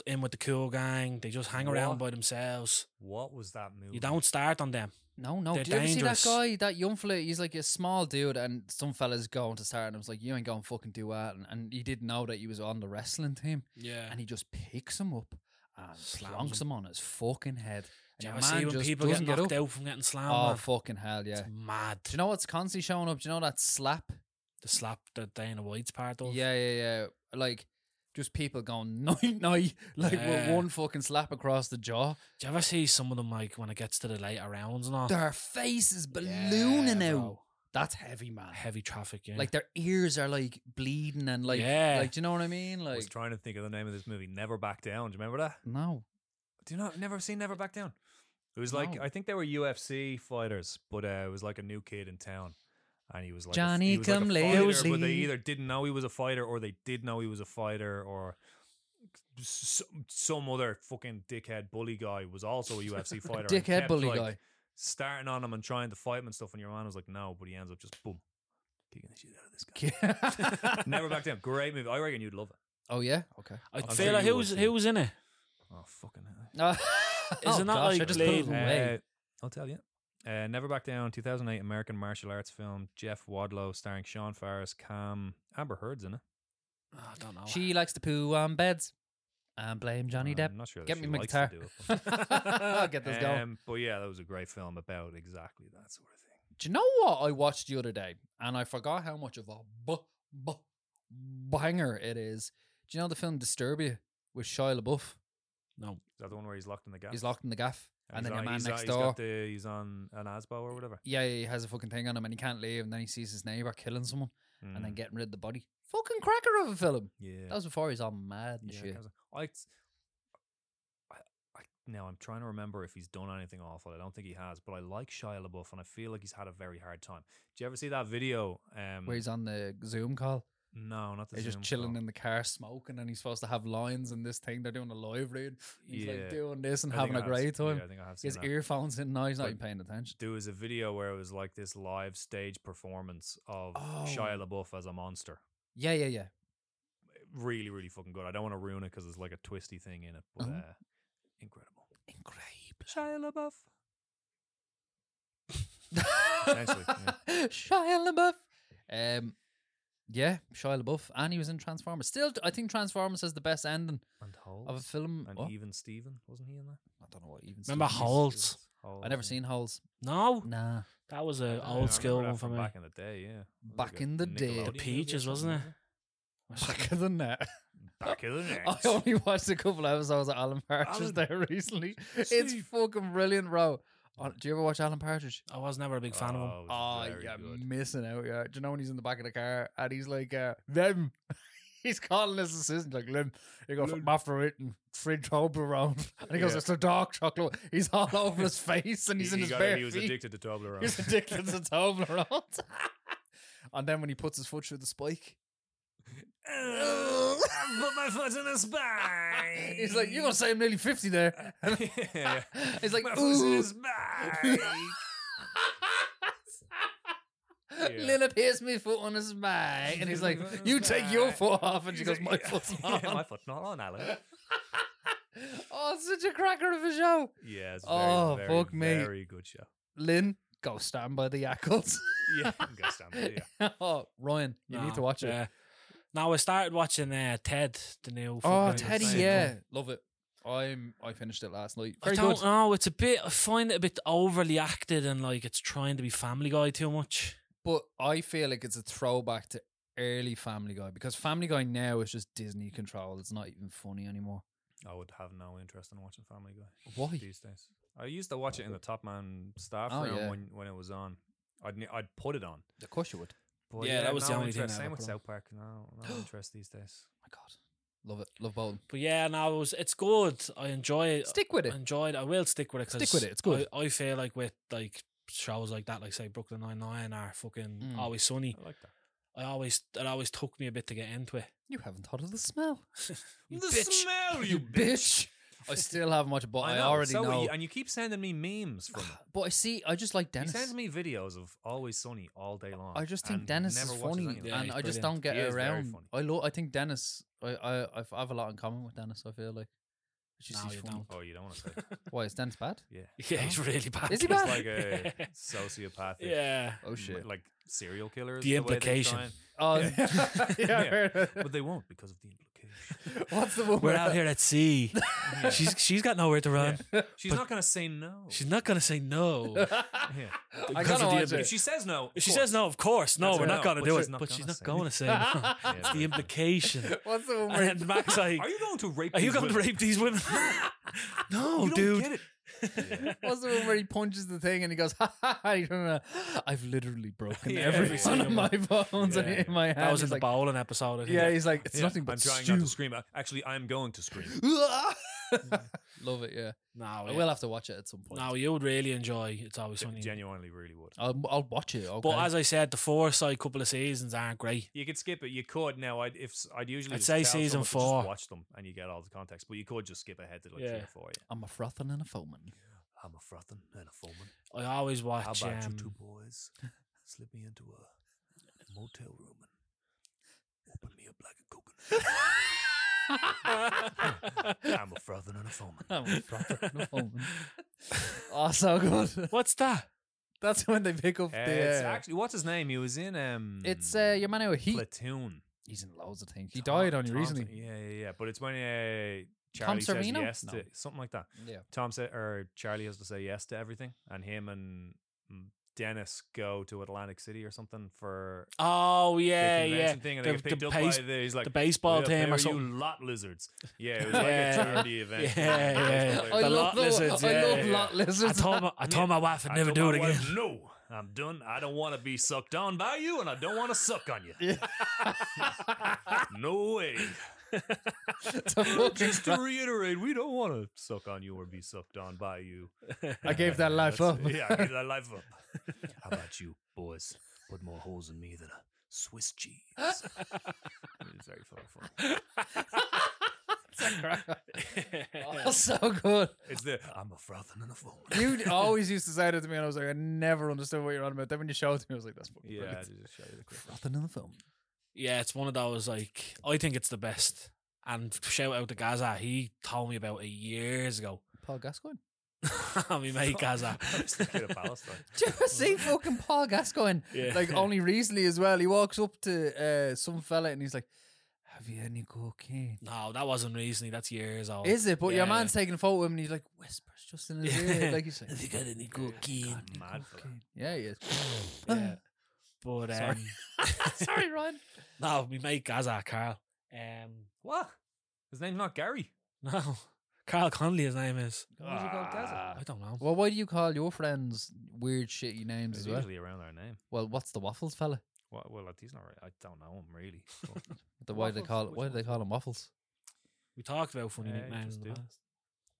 Speaker 2: in with the cool gang. They just hang around
Speaker 3: What?
Speaker 2: by themselves.
Speaker 3: What was that movie?
Speaker 2: You don't start on them.
Speaker 1: No, no.
Speaker 2: They're
Speaker 1: Do you ever
Speaker 2: dangerous.
Speaker 1: see that guy, that young fella? He's like a small dude, and some fella's going to start, and I was like, "You ain't going to fucking do that." And, and he didn't know that he was on the wrestling team,
Speaker 2: Yeah.
Speaker 1: and he just picks him up and
Speaker 2: Slams
Speaker 1: plonks
Speaker 2: him.
Speaker 1: him on his fucking head.
Speaker 2: Do you
Speaker 1: And
Speaker 2: ever
Speaker 1: your man
Speaker 2: see when
Speaker 1: just
Speaker 2: people get
Speaker 1: doesn't get
Speaker 2: knocked
Speaker 1: up.
Speaker 2: out from getting slammed?
Speaker 1: Oh
Speaker 2: man?
Speaker 1: fucking hell, yeah.
Speaker 2: It's mad.
Speaker 1: Do you know what's constantly showing up? Do you know that slap?
Speaker 2: the slap that Dana White's part of.
Speaker 1: Yeah, yeah, yeah. Like just people going [laughs] night night, like
Speaker 2: Yeah.
Speaker 1: with one fucking slap across the jaw.
Speaker 2: Do you ever see some of them like when it gets to the later rounds and all?
Speaker 1: Their face is
Speaker 2: Oh. Yeah,
Speaker 1: ballooning out.
Speaker 2: bro.
Speaker 1: That's heavy, man.
Speaker 2: Heavy traffic, yeah.
Speaker 1: Like their ears are like bleeding and like,
Speaker 2: Yeah.
Speaker 1: like, do you know what I mean?
Speaker 3: I
Speaker 1: Like,
Speaker 3: was trying to think of the name of this movie. Never Back Down. Do you remember that?
Speaker 1: no,
Speaker 3: Do you not never seen Never Back Down? It was like
Speaker 1: No.
Speaker 3: I think they were UFC fighters, but uh, it was like a new kid in town, and he was like a f-
Speaker 1: Johnny
Speaker 3: he was like a
Speaker 1: come
Speaker 3: fighter, but they
Speaker 1: lately.
Speaker 3: either didn't know he was a fighter, or they did know he was a fighter, or s- some, some other fucking dickhead bully guy was also
Speaker 1: [laughs]
Speaker 3: a UFC fighter. and
Speaker 1: dickhead
Speaker 3: kept,
Speaker 1: bully
Speaker 3: like,
Speaker 1: guy.
Speaker 3: starting on him and trying to fight him and stuff, and your man was like, "No," but he ends up just boom, kicking the shit out of this guy. [laughs]
Speaker 1: [laughs]
Speaker 3: Never Back Down, great movie. I reckon you'd love it.
Speaker 1: oh yeah, okay.
Speaker 2: I
Speaker 3: I'm
Speaker 2: feel
Speaker 3: sure
Speaker 2: like
Speaker 3: you
Speaker 2: who was
Speaker 3: would,
Speaker 2: who
Speaker 3: too.
Speaker 2: was in it?
Speaker 3: Oh fucking hell.
Speaker 1: Oh,
Speaker 2: Isn't that
Speaker 1: gosh, I
Speaker 2: like
Speaker 1: just put it
Speaker 2: labeled-
Speaker 1: away.
Speaker 3: Uh, I'll tell you. Uh, Never Back Down, 2008 American martial arts film. Jeff Wadlow starring Sean Farris, Cam Amber Heard's in it.
Speaker 2: Oh,
Speaker 1: Ah,
Speaker 2: I don't know.
Speaker 1: She likes to poo on beds and blame Johnny
Speaker 3: I'm
Speaker 1: Depp.
Speaker 3: not sure. that
Speaker 1: Get
Speaker 3: she
Speaker 1: me my
Speaker 3: likes
Speaker 1: guitar.
Speaker 3: To do it,
Speaker 1: [laughs] I'll get this
Speaker 3: but-
Speaker 1: going.
Speaker 3: Um, but yeah, that was a great film about exactly that sort of thing.
Speaker 1: Do you know what I watched the other day? And I forgot how much of a b- b- banger it is. Do you know the film Disturbia with Shia LaBeouf?
Speaker 2: no.
Speaker 3: Is that the one where he's locked in the gaff?
Speaker 1: He's locked in the gaff, and
Speaker 3: he's
Speaker 1: then your
Speaker 3: on-
Speaker 1: man
Speaker 3: he's on-
Speaker 1: next
Speaker 3: He's,
Speaker 1: door.
Speaker 3: got the, he's on an ASBO or whatever.
Speaker 1: Yeah, yeah, he has a fucking thing on him, and he can't leave. And then he sees his neighbor killing someone, and then
Speaker 3: Mm,
Speaker 1: getting rid of the body. Fucking cracker of a film.
Speaker 3: yeah.
Speaker 1: That was before he's all mad and
Speaker 3: Yeah,
Speaker 1: shit.
Speaker 3: Cam was- I, I, I now I'm trying to remember if he's done anything awful. I don't think he has, but I like Shia LaBeouf, and I feel like he's had a very hard time. Do you ever see that video? Um,
Speaker 1: Where he's on the Zoom call,
Speaker 3: no, not the.
Speaker 1: he's just
Speaker 3: Zoom
Speaker 1: chilling
Speaker 3: call.
Speaker 1: in the car smoking, and he's supposed to have lines in this thing. They're doing a live read. He's
Speaker 3: Yeah.
Speaker 1: like doing this and
Speaker 3: I think
Speaker 1: having
Speaker 3: I
Speaker 1: a
Speaker 3: have
Speaker 1: great
Speaker 3: seen-
Speaker 1: time.
Speaker 3: Yeah, I think I have seen
Speaker 1: His
Speaker 3: that.
Speaker 1: earphones in now, he's not
Speaker 3: But-
Speaker 1: even paying attention.
Speaker 3: There was a video where it was like this live stage performance of Shia LaBeouf as a monster.
Speaker 1: Oh, Yeah, yeah, yeah.
Speaker 3: Really, really fucking good. I don't want to ruin it because there's like a twisty thing in it, but
Speaker 1: Uh-huh.
Speaker 3: uh, incredible. [laughs]
Speaker 1: Incredible.
Speaker 3: Shia LaBeouf. Essentially,
Speaker 1: [laughs] Shia LaBeouf. Um, yeah, Shia LaBeouf, and he was in Transformers. Still, I think Transformers has the best ending
Speaker 3: And Holt.
Speaker 1: of a film.
Speaker 3: And
Speaker 1: What?
Speaker 3: even Steven, wasn't he in that?
Speaker 1: I don't know what even.
Speaker 2: Remember
Speaker 1: Stevens-
Speaker 2: Holt?
Speaker 1: I never seen Holes.
Speaker 2: No,
Speaker 1: Nah,
Speaker 2: that was an
Speaker 3: Yeah, I
Speaker 2: old school
Speaker 3: remember that
Speaker 2: one for
Speaker 3: from
Speaker 2: me.
Speaker 3: Back in the day, yeah. It was
Speaker 1: Back
Speaker 3: a
Speaker 1: in the day.
Speaker 3: Nickelodeon
Speaker 1: The
Speaker 3: movie or
Speaker 2: Peaches,
Speaker 3: something,
Speaker 1: [laughs]
Speaker 2: wasn't
Speaker 1: back of the net.
Speaker 3: Back in the day.
Speaker 1: [laughs] I only watched a couple episodes of Alan Partridge
Speaker 3: Alan-
Speaker 1: there [laughs] recently. It's
Speaker 3: Steve.
Speaker 1: fucking brilliant, bro. Oh, do you ever watch Alan Partridge?
Speaker 2: I was never a big fan of him.
Speaker 1: Oh,
Speaker 3: very
Speaker 1: you're
Speaker 3: good.
Speaker 1: missing out. Yeah, do you know when he's in the back of the car and he's like, uh, "Them," [laughs] he's calling his assistant like, "Lim," he goes,
Speaker 3: Lim.
Speaker 1: "I'm after it and fridge hope around," [laughs] and he goes,
Speaker 3: Yeah.
Speaker 1: "It's a dark chocolate." He's all [laughs] over his face and
Speaker 3: He,
Speaker 1: he's in
Speaker 3: he
Speaker 1: his
Speaker 3: got it,
Speaker 1: bare
Speaker 3: he was
Speaker 1: feet.
Speaker 3: addicted to Toblerone.
Speaker 1: He's [laughs] addicted to [laughs] Toblerone. and then when he puts his foot through the spike,
Speaker 3: I [laughs] put my foot in a spine.
Speaker 1: he's like, "You're gonna say I'm nearly fifty there."
Speaker 3: [laughs] yeah.
Speaker 1: [laughs] He's like,
Speaker 3: my foot's in
Speaker 1: "Ooh."
Speaker 3: a spine. Yeah.
Speaker 1: Lila pierced me foot on his back, and he's like, "You take your foot off," [laughs] and she
Speaker 3: He's
Speaker 1: goes, "My
Speaker 3: [laughs] like,
Speaker 1: foot's
Speaker 3: yeah,
Speaker 1: on."
Speaker 3: my foot's not on, Alan.
Speaker 1: [laughs] oh, it's such a cracker of a show.
Speaker 3: Yeah, it's very,
Speaker 1: Oh,
Speaker 3: very,
Speaker 1: fuck me.
Speaker 3: very
Speaker 1: [laughs]
Speaker 3: good show.
Speaker 1: Lynn, go stand by the Yakult.
Speaker 3: Yeah, I guess down there, yeah.
Speaker 1: [laughs] oh, Ryan, you
Speaker 2: No,
Speaker 1: need to watch it.
Speaker 2: yeah. No, I started watching uh, Ted, the new.
Speaker 1: Oh,
Speaker 2: fucking
Speaker 1: Teddy,
Speaker 2: sitcom.
Speaker 1: yeah, love it. I'm I finished it last night. Very
Speaker 2: I don't
Speaker 1: good.
Speaker 2: know. It's a bit. I find it a bit overly acted and like it's trying to be Family Guy too much.
Speaker 1: But I feel like it's a throwback to early Family Guy because Family Guy now is just Disney control. It's not even funny anymore.
Speaker 3: I would have no interest in watching Family Guy
Speaker 1: Why?
Speaker 3: these days. I used to watch it in the Top Man staff
Speaker 1: Oh,
Speaker 3: room
Speaker 1: yeah.
Speaker 3: when, when it was on. I'd ne- I'd put it on,
Speaker 1: Of course you would.
Speaker 3: But
Speaker 2: Yeah, that was the
Speaker 3: no
Speaker 2: only
Speaker 3: interest.
Speaker 2: thing I
Speaker 3: Same
Speaker 2: ever
Speaker 3: with
Speaker 2: put
Speaker 3: South Park. No,
Speaker 1: [gasps]
Speaker 3: no interest these days.
Speaker 1: my God, love it, love Bolton.
Speaker 2: But yeah, no, it was, it's good. I enjoy it.
Speaker 1: Stick with
Speaker 2: I
Speaker 1: it.
Speaker 2: enjoyed. I will stick with it. 'cause
Speaker 1: Stick with it, it's good.
Speaker 2: I, I feel like with like shows like that, like say Brooklyn Nine Nine or fucking
Speaker 1: Mm.
Speaker 2: Always Sunny,
Speaker 3: I like that.
Speaker 2: I always it always took me a bit to get into it.
Speaker 1: You haven't thought of the smell,
Speaker 2: You
Speaker 3: the
Speaker 2: bitch.
Speaker 1: [laughs]
Speaker 3: smell, you
Speaker 1: bitch. I still haven't watched, it, but I,
Speaker 3: know,
Speaker 1: already
Speaker 3: so
Speaker 1: know.
Speaker 3: You, and you keep sending me memes from it.
Speaker 1: but I see, I just like
Speaker 3: You
Speaker 1: Dennis.
Speaker 3: send me videos of Always Sunny all day long.
Speaker 1: I just think
Speaker 3: and
Speaker 1: Dennis
Speaker 3: never
Speaker 1: is
Speaker 3: watches
Speaker 1: funny,
Speaker 3: any of
Speaker 1: and
Speaker 3: it.
Speaker 2: Yeah, he's
Speaker 1: I just
Speaker 2: brilliant.
Speaker 1: don't get
Speaker 3: He is very
Speaker 1: around. [laughs]
Speaker 3: funny.
Speaker 1: I lo- I think Dennis. I, I I've- I have a lot in common with Dennis. I feel like. It's just
Speaker 2: No,
Speaker 1: he's
Speaker 2: you
Speaker 1: funny.
Speaker 2: don't.
Speaker 3: Oh, you don't want to say.
Speaker 1: Why is Dennis bad? [laughs]
Speaker 3: Yeah.
Speaker 2: [laughs] Yeah, he's really bad. uh,
Speaker 1: Is he
Speaker 3: He's
Speaker 1: bad?
Speaker 3: like
Speaker 1: [laughs]
Speaker 3: a sociopathic.
Speaker 2: [laughs] yeah.
Speaker 1: Oh
Speaker 3: m-
Speaker 1: shit!
Speaker 3: Mm, Like serial killer. is
Speaker 2: The
Speaker 3: way they
Speaker 2: implication.
Speaker 3: try and-
Speaker 1: Oh,
Speaker 3: Yeah.
Speaker 1: [laughs] yeah.
Speaker 3: Yeah. But they won't because of the implication.
Speaker 1: What's the one?
Speaker 2: We're
Speaker 1: where-
Speaker 3: [laughs]
Speaker 2: out
Speaker 1: [laughs]
Speaker 2: here at sea.
Speaker 3: Yeah.
Speaker 2: she's she's got nowhere to run.
Speaker 3: She's
Speaker 2: But-
Speaker 3: not going to say no.
Speaker 2: She's not gonna say no.
Speaker 3: [laughs] yeah.
Speaker 1: I
Speaker 2: Because
Speaker 1: gotta
Speaker 2: of the
Speaker 1: watch
Speaker 2: image.
Speaker 3: If
Speaker 1: it.
Speaker 3: she says no,
Speaker 2: If she says no, of course. No,
Speaker 3: That's
Speaker 2: we're
Speaker 3: right.
Speaker 2: not
Speaker 3: No,
Speaker 2: gonna
Speaker 3: but
Speaker 2: she's do
Speaker 3: she's
Speaker 2: it.
Speaker 3: not
Speaker 2: but
Speaker 3: gonna
Speaker 2: she's not
Speaker 3: say
Speaker 2: gonna say [laughs] no. It's the
Speaker 3: [laughs]
Speaker 2: implication. [laughs]
Speaker 1: What's the one?
Speaker 2: and
Speaker 1: Where
Speaker 2: then Mac's like,
Speaker 3: Are you going to rape?
Speaker 2: "Are you
Speaker 3: these
Speaker 2: going to
Speaker 3: women?
Speaker 2: rape these
Speaker 3: [laughs]
Speaker 2: women?" [laughs] no,
Speaker 3: You don't
Speaker 2: dude.
Speaker 3: get it.
Speaker 1: What's the one where he punches the thing and he goes, [laughs] ha ha, ha," you don't know. I've literally broken
Speaker 3: Yeah,
Speaker 1: every
Speaker 3: every
Speaker 1: [laughs] one of
Speaker 2: single
Speaker 1: my bones
Speaker 3: Yeah.
Speaker 1: in my hand.
Speaker 2: That was in
Speaker 1: He's
Speaker 2: the
Speaker 1: like,
Speaker 2: bowling episode. I think.
Speaker 1: Yeah, he's like, it's
Speaker 3: Yeah,
Speaker 1: nothing but
Speaker 3: I'm trying
Speaker 1: stew.
Speaker 3: not to scream. Actually, I'm going to [laughs] scream.
Speaker 1: [laughs] Love it, yeah.
Speaker 2: No,
Speaker 1: I
Speaker 2: yeah.
Speaker 1: will have to watch it at some point.
Speaker 2: No, you would really enjoy. It's always funny.
Speaker 3: Genuinely, really would.
Speaker 1: I'll, I'll watch it. Okay.
Speaker 2: But as I said, the four side couple of seasons aren't great.
Speaker 3: You could skip it. You could now. I'd if s- I'd usually
Speaker 2: I'd
Speaker 3: just
Speaker 2: say
Speaker 3: tell
Speaker 2: season
Speaker 3: someone to just
Speaker 2: four.
Speaker 3: watch them and you get all the context, but you could just skip ahead to like three
Speaker 2: Yeah.
Speaker 3: or four. Yeah.
Speaker 1: I'm a frothing and a foaming. [laughs]
Speaker 3: I'm a frothing and a foreman.
Speaker 2: I always
Speaker 3: How
Speaker 2: watch.
Speaker 3: about you
Speaker 2: Um,
Speaker 3: two
Speaker 2: [laughs]
Speaker 3: boys? Slip me into a motel room and open me up like a
Speaker 2: [laughs]
Speaker 3: coconut.
Speaker 2: um,
Speaker 3: [laughs] I'm a frothing and a foreman.
Speaker 1: I'm a frothing and a foaming. oh, so good. [laughs]
Speaker 2: What's that?
Speaker 1: That's when they pick up
Speaker 3: Uh,
Speaker 1: the.
Speaker 3: It's
Speaker 1: uh,
Speaker 3: actually what's his name? He was in um.
Speaker 1: it's uh, your man who he.
Speaker 3: platoon.
Speaker 1: He's in loads of things. He
Speaker 3: Tom-
Speaker 1: died on
Speaker 3: Thompson.
Speaker 1: recently.
Speaker 3: Yeah, yeah, yeah. But it's when uh, Charlie says
Speaker 1: Servino?
Speaker 3: yes
Speaker 1: No.
Speaker 3: to something like that.
Speaker 1: Yeah.
Speaker 3: Tom said, or Charlie has to say yes to everything, and him and mm, Dennis go to Atlantic City or something for
Speaker 2: Oh
Speaker 3: the
Speaker 2: yeah,
Speaker 3: convention
Speaker 2: yeah.
Speaker 3: thing, and
Speaker 2: The-
Speaker 3: they get
Speaker 2: the
Speaker 3: picked up
Speaker 2: base-
Speaker 3: by the. He's like
Speaker 2: the baseball
Speaker 3: "Yeah,
Speaker 2: team
Speaker 3: there
Speaker 2: or
Speaker 3: are
Speaker 2: something.
Speaker 3: You lot lizards.
Speaker 2: [laughs]
Speaker 3: Yeah, it was like
Speaker 2: Yeah.
Speaker 3: a charity
Speaker 2: [laughs]
Speaker 3: event.
Speaker 2: Yeah, yeah, yeah.
Speaker 1: I
Speaker 2: The
Speaker 1: love
Speaker 2: lot
Speaker 1: the,
Speaker 2: lizards,
Speaker 1: I
Speaker 2: yeah,
Speaker 1: love
Speaker 3: yeah.
Speaker 1: lot lizards. [laughs]
Speaker 2: I told my I
Speaker 3: [laughs]
Speaker 2: told my wife I'd
Speaker 3: I
Speaker 2: never do
Speaker 3: told
Speaker 2: it
Speaker 3: my
Speaker 2: again.
Speaker 3: wife, no, I'm done. I don't want to be sucked on by you, and I don't want to suck on you. [laughs] No way.
Speaker 1: It's a fucking
Speaker 3: [laughs] Just to reiterate, we don't want to suck on you or be sucked on by you.
Speaker 1: I gave
Speaker 3: [laughs]
Speaker 1: that life
Speaker 3: That's-
Speaker 1: up.
Speaker 3: Yeah, I gave that life up. How about you, boys? Put more holes in me than a Swiss cheese. it's very fucking funny.
Speaker 1: [laughs] Oh, so good.
Speaker 3: It's the I'm a frothing and a foam.
Speaker 1: You always used to say that to me, and I was like, I never understood what you're on about. Then when you showed it to me, I was like, that's fucking
Speaker 3: Yeah, I
Speaker 1: brilliant.
Speaker 3: just show you the [laughs] clip.
Speaker 1: Nothing in the film.
Speaker 2: yeah, it's one of those like I think it's the best. And shout out to Gaza. He told me about it years ago. [laughs]
Speaker 1: Paul [laughs] Gascoigne.
Speaker 2: we [laughs]
Speaker 3: [laughs]
Speaker 2: made Gaza.
Speaker 3: I'm just thinking
Speaker 2: [laughs]
Speaker 3: of Palestine.
Speaker 1: Do you ever see fucking Paul Gascoigne?
Speaker 2: Yeah.
Speaker 1: Like only recently as well. He walks up to uh, some fella and he's like, "Have you any cocaine?"
Speaker 2: No, that wasn't recently. That's years old.
Speaker 1: Is it? But
Speaker 2: Oh, Yeah,
Speaker 1: your man's taking a photo of him and he's like whispers just in his ear,
Speaker 2: [laughs]
Speaker 1: like he's like,
Speaker 2: Have you got any cocaine?
Speaker 1: "Any
Speaker 3: Mad fella.
Speaker 1: cocaine?" Yeah,
Speaker 2: [laughs]
Speaker 1: he is.
Speaker 2: [sighs] Yeah. But
Speaker 1: Sorry.
Speaker 2: um,
Speaker 3: [laughs]
Speaker 1: Sorry, Ryan.
Speaker 2: [laughs] no, we made Gaza, Carl. Um,
Speaker 3: What? His name's not Gary.
Speaker 2: [laughs] no, Carl Conley. His name is.
Speaker 3: Why is he called Gaza?
Speaker 1: Ah.
Speaker 2: I don't know.
Speaker 1: Well, why do you call your friends weird, shitty names
Speaker 3: It's
Speaker 1: as well?
Speaker 3: usually around our name.
Speaker 1: Well, what's the waffles fella?
Speaker 3: Well, well, like, he's not. Right. I don't know him really. but-
Speaker 1: The why do they
Speaker 3: Waffles?
Speaker 1: call
Speaker 3: Which
Speaker 1: why do they
Speaker 3: one's
Speaker 1: call him waffles?
Speaker 2: We talked about funny
Speaker 3: Yeah, you
Speaker 2: nicknames
Speaker 3: just
Speaker 2: in the
Speaker 3: do.
Speaker 2: past.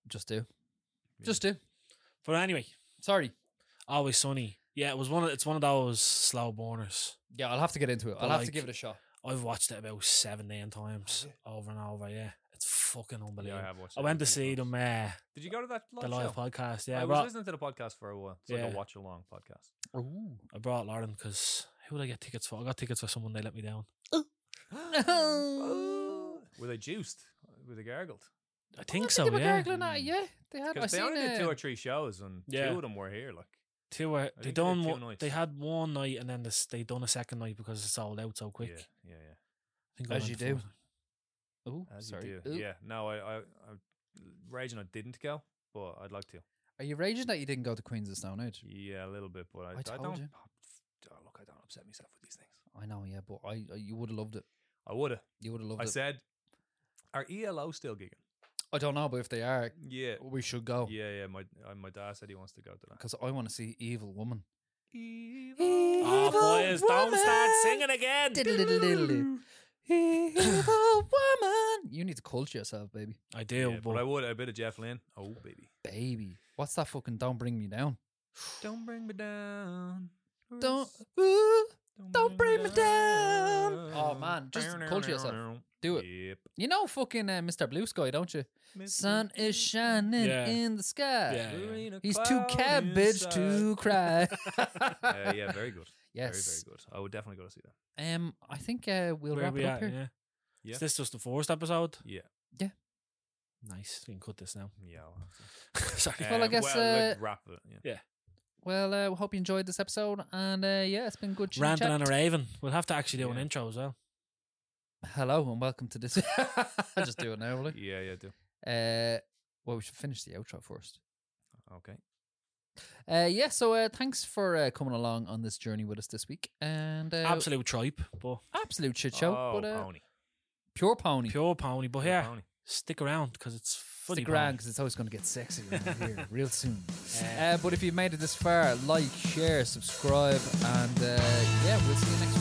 Speaker 1: Just do, just do.
Speaker 2: But anyway,
Speaker 1: Sorry.
Speaker 2: always sunny. Yeah, it was one. Of, it's one of those slow burners.
Speaker 1: Yeah, I'll have to get into it.
Speaker 2: But
Speaker 1: I'll have to
Speaker 2: like-
Speaker 1: give it a shot.
Speaker 2: I've watched it about seventeen times over and over. Yeah, it's fucking
Speaker 3: Yeah,
Speaker 2: unbelievable.
Speaker 3: I have watched.
Speaker 2: I
Speaker 3: it
Speaker 2: went to
Speaker 3: a few
Speaker 2: see
Speaker 3: times.
Speaker 2: them uh,
Speaker 3: Did you go to that live
Speaker 2: the live
Speaker 3: show?
Speaker 2: podcast. Yeah,
Speaker 3: I
Speaker 2: I
Speaker 3: was
Speaker 2: brought,
Speaker 3: listening to the podcast for a while. It's
Speaker 2: Yeah.
Speaker 3: like a watch along podcast.
Speaker 1: Ooh.
Speaker 2: I brought Lauren because who would I get tickets for? I got tickets for someone they let me down.
Speaker 3: [laughs] Were they juiced? Were they gargled?
Speaker 2: I think
Speaker 1: I
Speaker 2: so.
Speaker 1: they were
Speaker 2: yeah,
Speaker 1: gargling at it, yeah. They had. I
Speaker 3: Because they
Speaker 1: seen
Speaker 3: only did
Speaker 1: uh,
Speaker 3: two or three shows, and
Speaker 2: Yeah.
Speaker 3: two of them were here. Like,
Speaker 2: Two were
Speaker 3: I
Speaker 2: they
Speaker 3: think they did
Speaker 2: done
Speaker 3: two
Speaker 2: one,
Speaker 3: nights.
Speaker 2: they had one night and then this, they done a second night because it sold out so quick.
Speaker 3: yeah, yeah, yeah.
Speaker 2: I think I
Speaker 1: As
Speaker 2: went
Speaker 1: you do.
Speaker 2: for it.
Speaker 1: Ooh,
Speaker 3: As
Speaker 1: sorry.
Speaker 3: you do.
Speaker 1: Ooh.
Speaker 3: Yeah. No, I, I, I'm raging. I didn't go, but I'd like to.
Speaker 1: Are you raging that you didn't go to Queens of the Stone Age?
Speaker 3: Yeah, a little bit, but I,
Speaker 1: I
Speaker 3: I,
Speaker 1: told
Speaker 3: don't.
Speaker 1: you.
Speaker 3: Oh, look, I don't upset myself with these things.
Speaker 1: I know, yeah, but I, I you would have loved it.
Speaker 3: I would have.
Speaker 1: You would have loved
Speaker 3: I
Speaker 1: it.
Speaker 3: said, are
Speaker 1: E
Speaker 3: ELO still gigging?
Speaker 1: I don't know, but if they are,
Speaker 3: Yeah.
Speaker 1: we should go
Speaker 3: Yeah, yeah. My uh, my dad said he wants to go to that. E
Speaker 1: because I want to see Evil Woman.
Speaker 2: Oh, boys, don't start singing again.
Speaker 1: Diddle-diddle-diddle-diddle. Evil woman. You need to culture yourself, baby.
Speaker 2: I do,
Speaker 3: Yeah,
Speaker 2: but
Speaker 1: E
Speaker 3: but I would a bit of Jeff Lynne. Oh baby,
Speaker 1: Baby. What's that fucking don't bring me down?
Speaker 3: don't bring me down.
Speaker 1: Don't ooh,
Speaker 3: Don't bring me down.
Speaker 1: Oh, man, just culture yourself. do it.
Speaker 3: Yep.
Speaker 1: You know fucking uh, Mr. Blue Sky, don't you?
Speaker 3: Mr.
Speaker 1: Sun is shining
Speaker 2: Yeah.
Speaker 1: in the sky.
Speaker 2: Yeah.
Speaker 1: He's too cabbage [laughs] to
Speaker 2: [laughs]
Speaker 1: cry.
Speaker 3: Uh, yeah, very good.
Speaker 1: Yes.
Speaker 3: Very, very good. I would definitely go to see that.
Speaker 1: Um, I think uh, we'll
Speaker 2: where
Speaker 1: wrap
Speaker 2: we
Speaker 1: it up
Speaker 2: at?
Speaker 1: here.
Speaker 2: Yeah.
Speaker 3: Yeah.
Speaker 2: Is this just the first episode?
Speaker 3: Yeah.
Speaker 2: Nice. We can cut this now. [laughs]
Speaker 3: Yeah. I'll have to.
Speaker 2: Sorry.
Speaker 1: Well, I
Speaker 3: Uh,
Speaker 1: guess,
Speaker 3: like,
Speaker 1: uh,
Speaker 3: wrap it. Yeah.
Speaker 1: Well, uh, we hope you enjoyed this episode, and uh, yeah, it's been good.
Speaker 2: Ranting
Speaker 1: chit-chat.
Speaker 2: and a raven. We'll have to actually do an
Speaker 3: Yeah.
Speaker 2: intro as well.
Speaker 1: Hello and welcome to this. [laughs] I just do it now, will
Speaker 3: [laughs]
Speaker 1: I?
Speaker 3: Yeah, yeah, do.
Speaker 1: Uh, well, we should finish the outro first.
Speaker 3: Okay.
Speaker 1: Uh, yeah, so uh, thanks for uh, coming along on this journey with us this week, and uh,
Speaker 2: Absolute tripe, but
Speaker 1: absolute shit show,
Speaker 3: Oh,
Speaker 1: but uh,
Speaker 3: pony.
Speaker 1: pure pony.
Speaker 2: pure pony. But
Speaker 3: Yeah,
Speaker 2: here,
Speaker 3: pony.
Speaker 2: stick around because it's fully
Speaker 1: Stick around because it's always going to get sexy around
Speaker 3: [laughs]
Speaker 1: here real soon. Uh, but if you've made it this far, like, share, subscribe, and uh, yeah, we'll see you next week.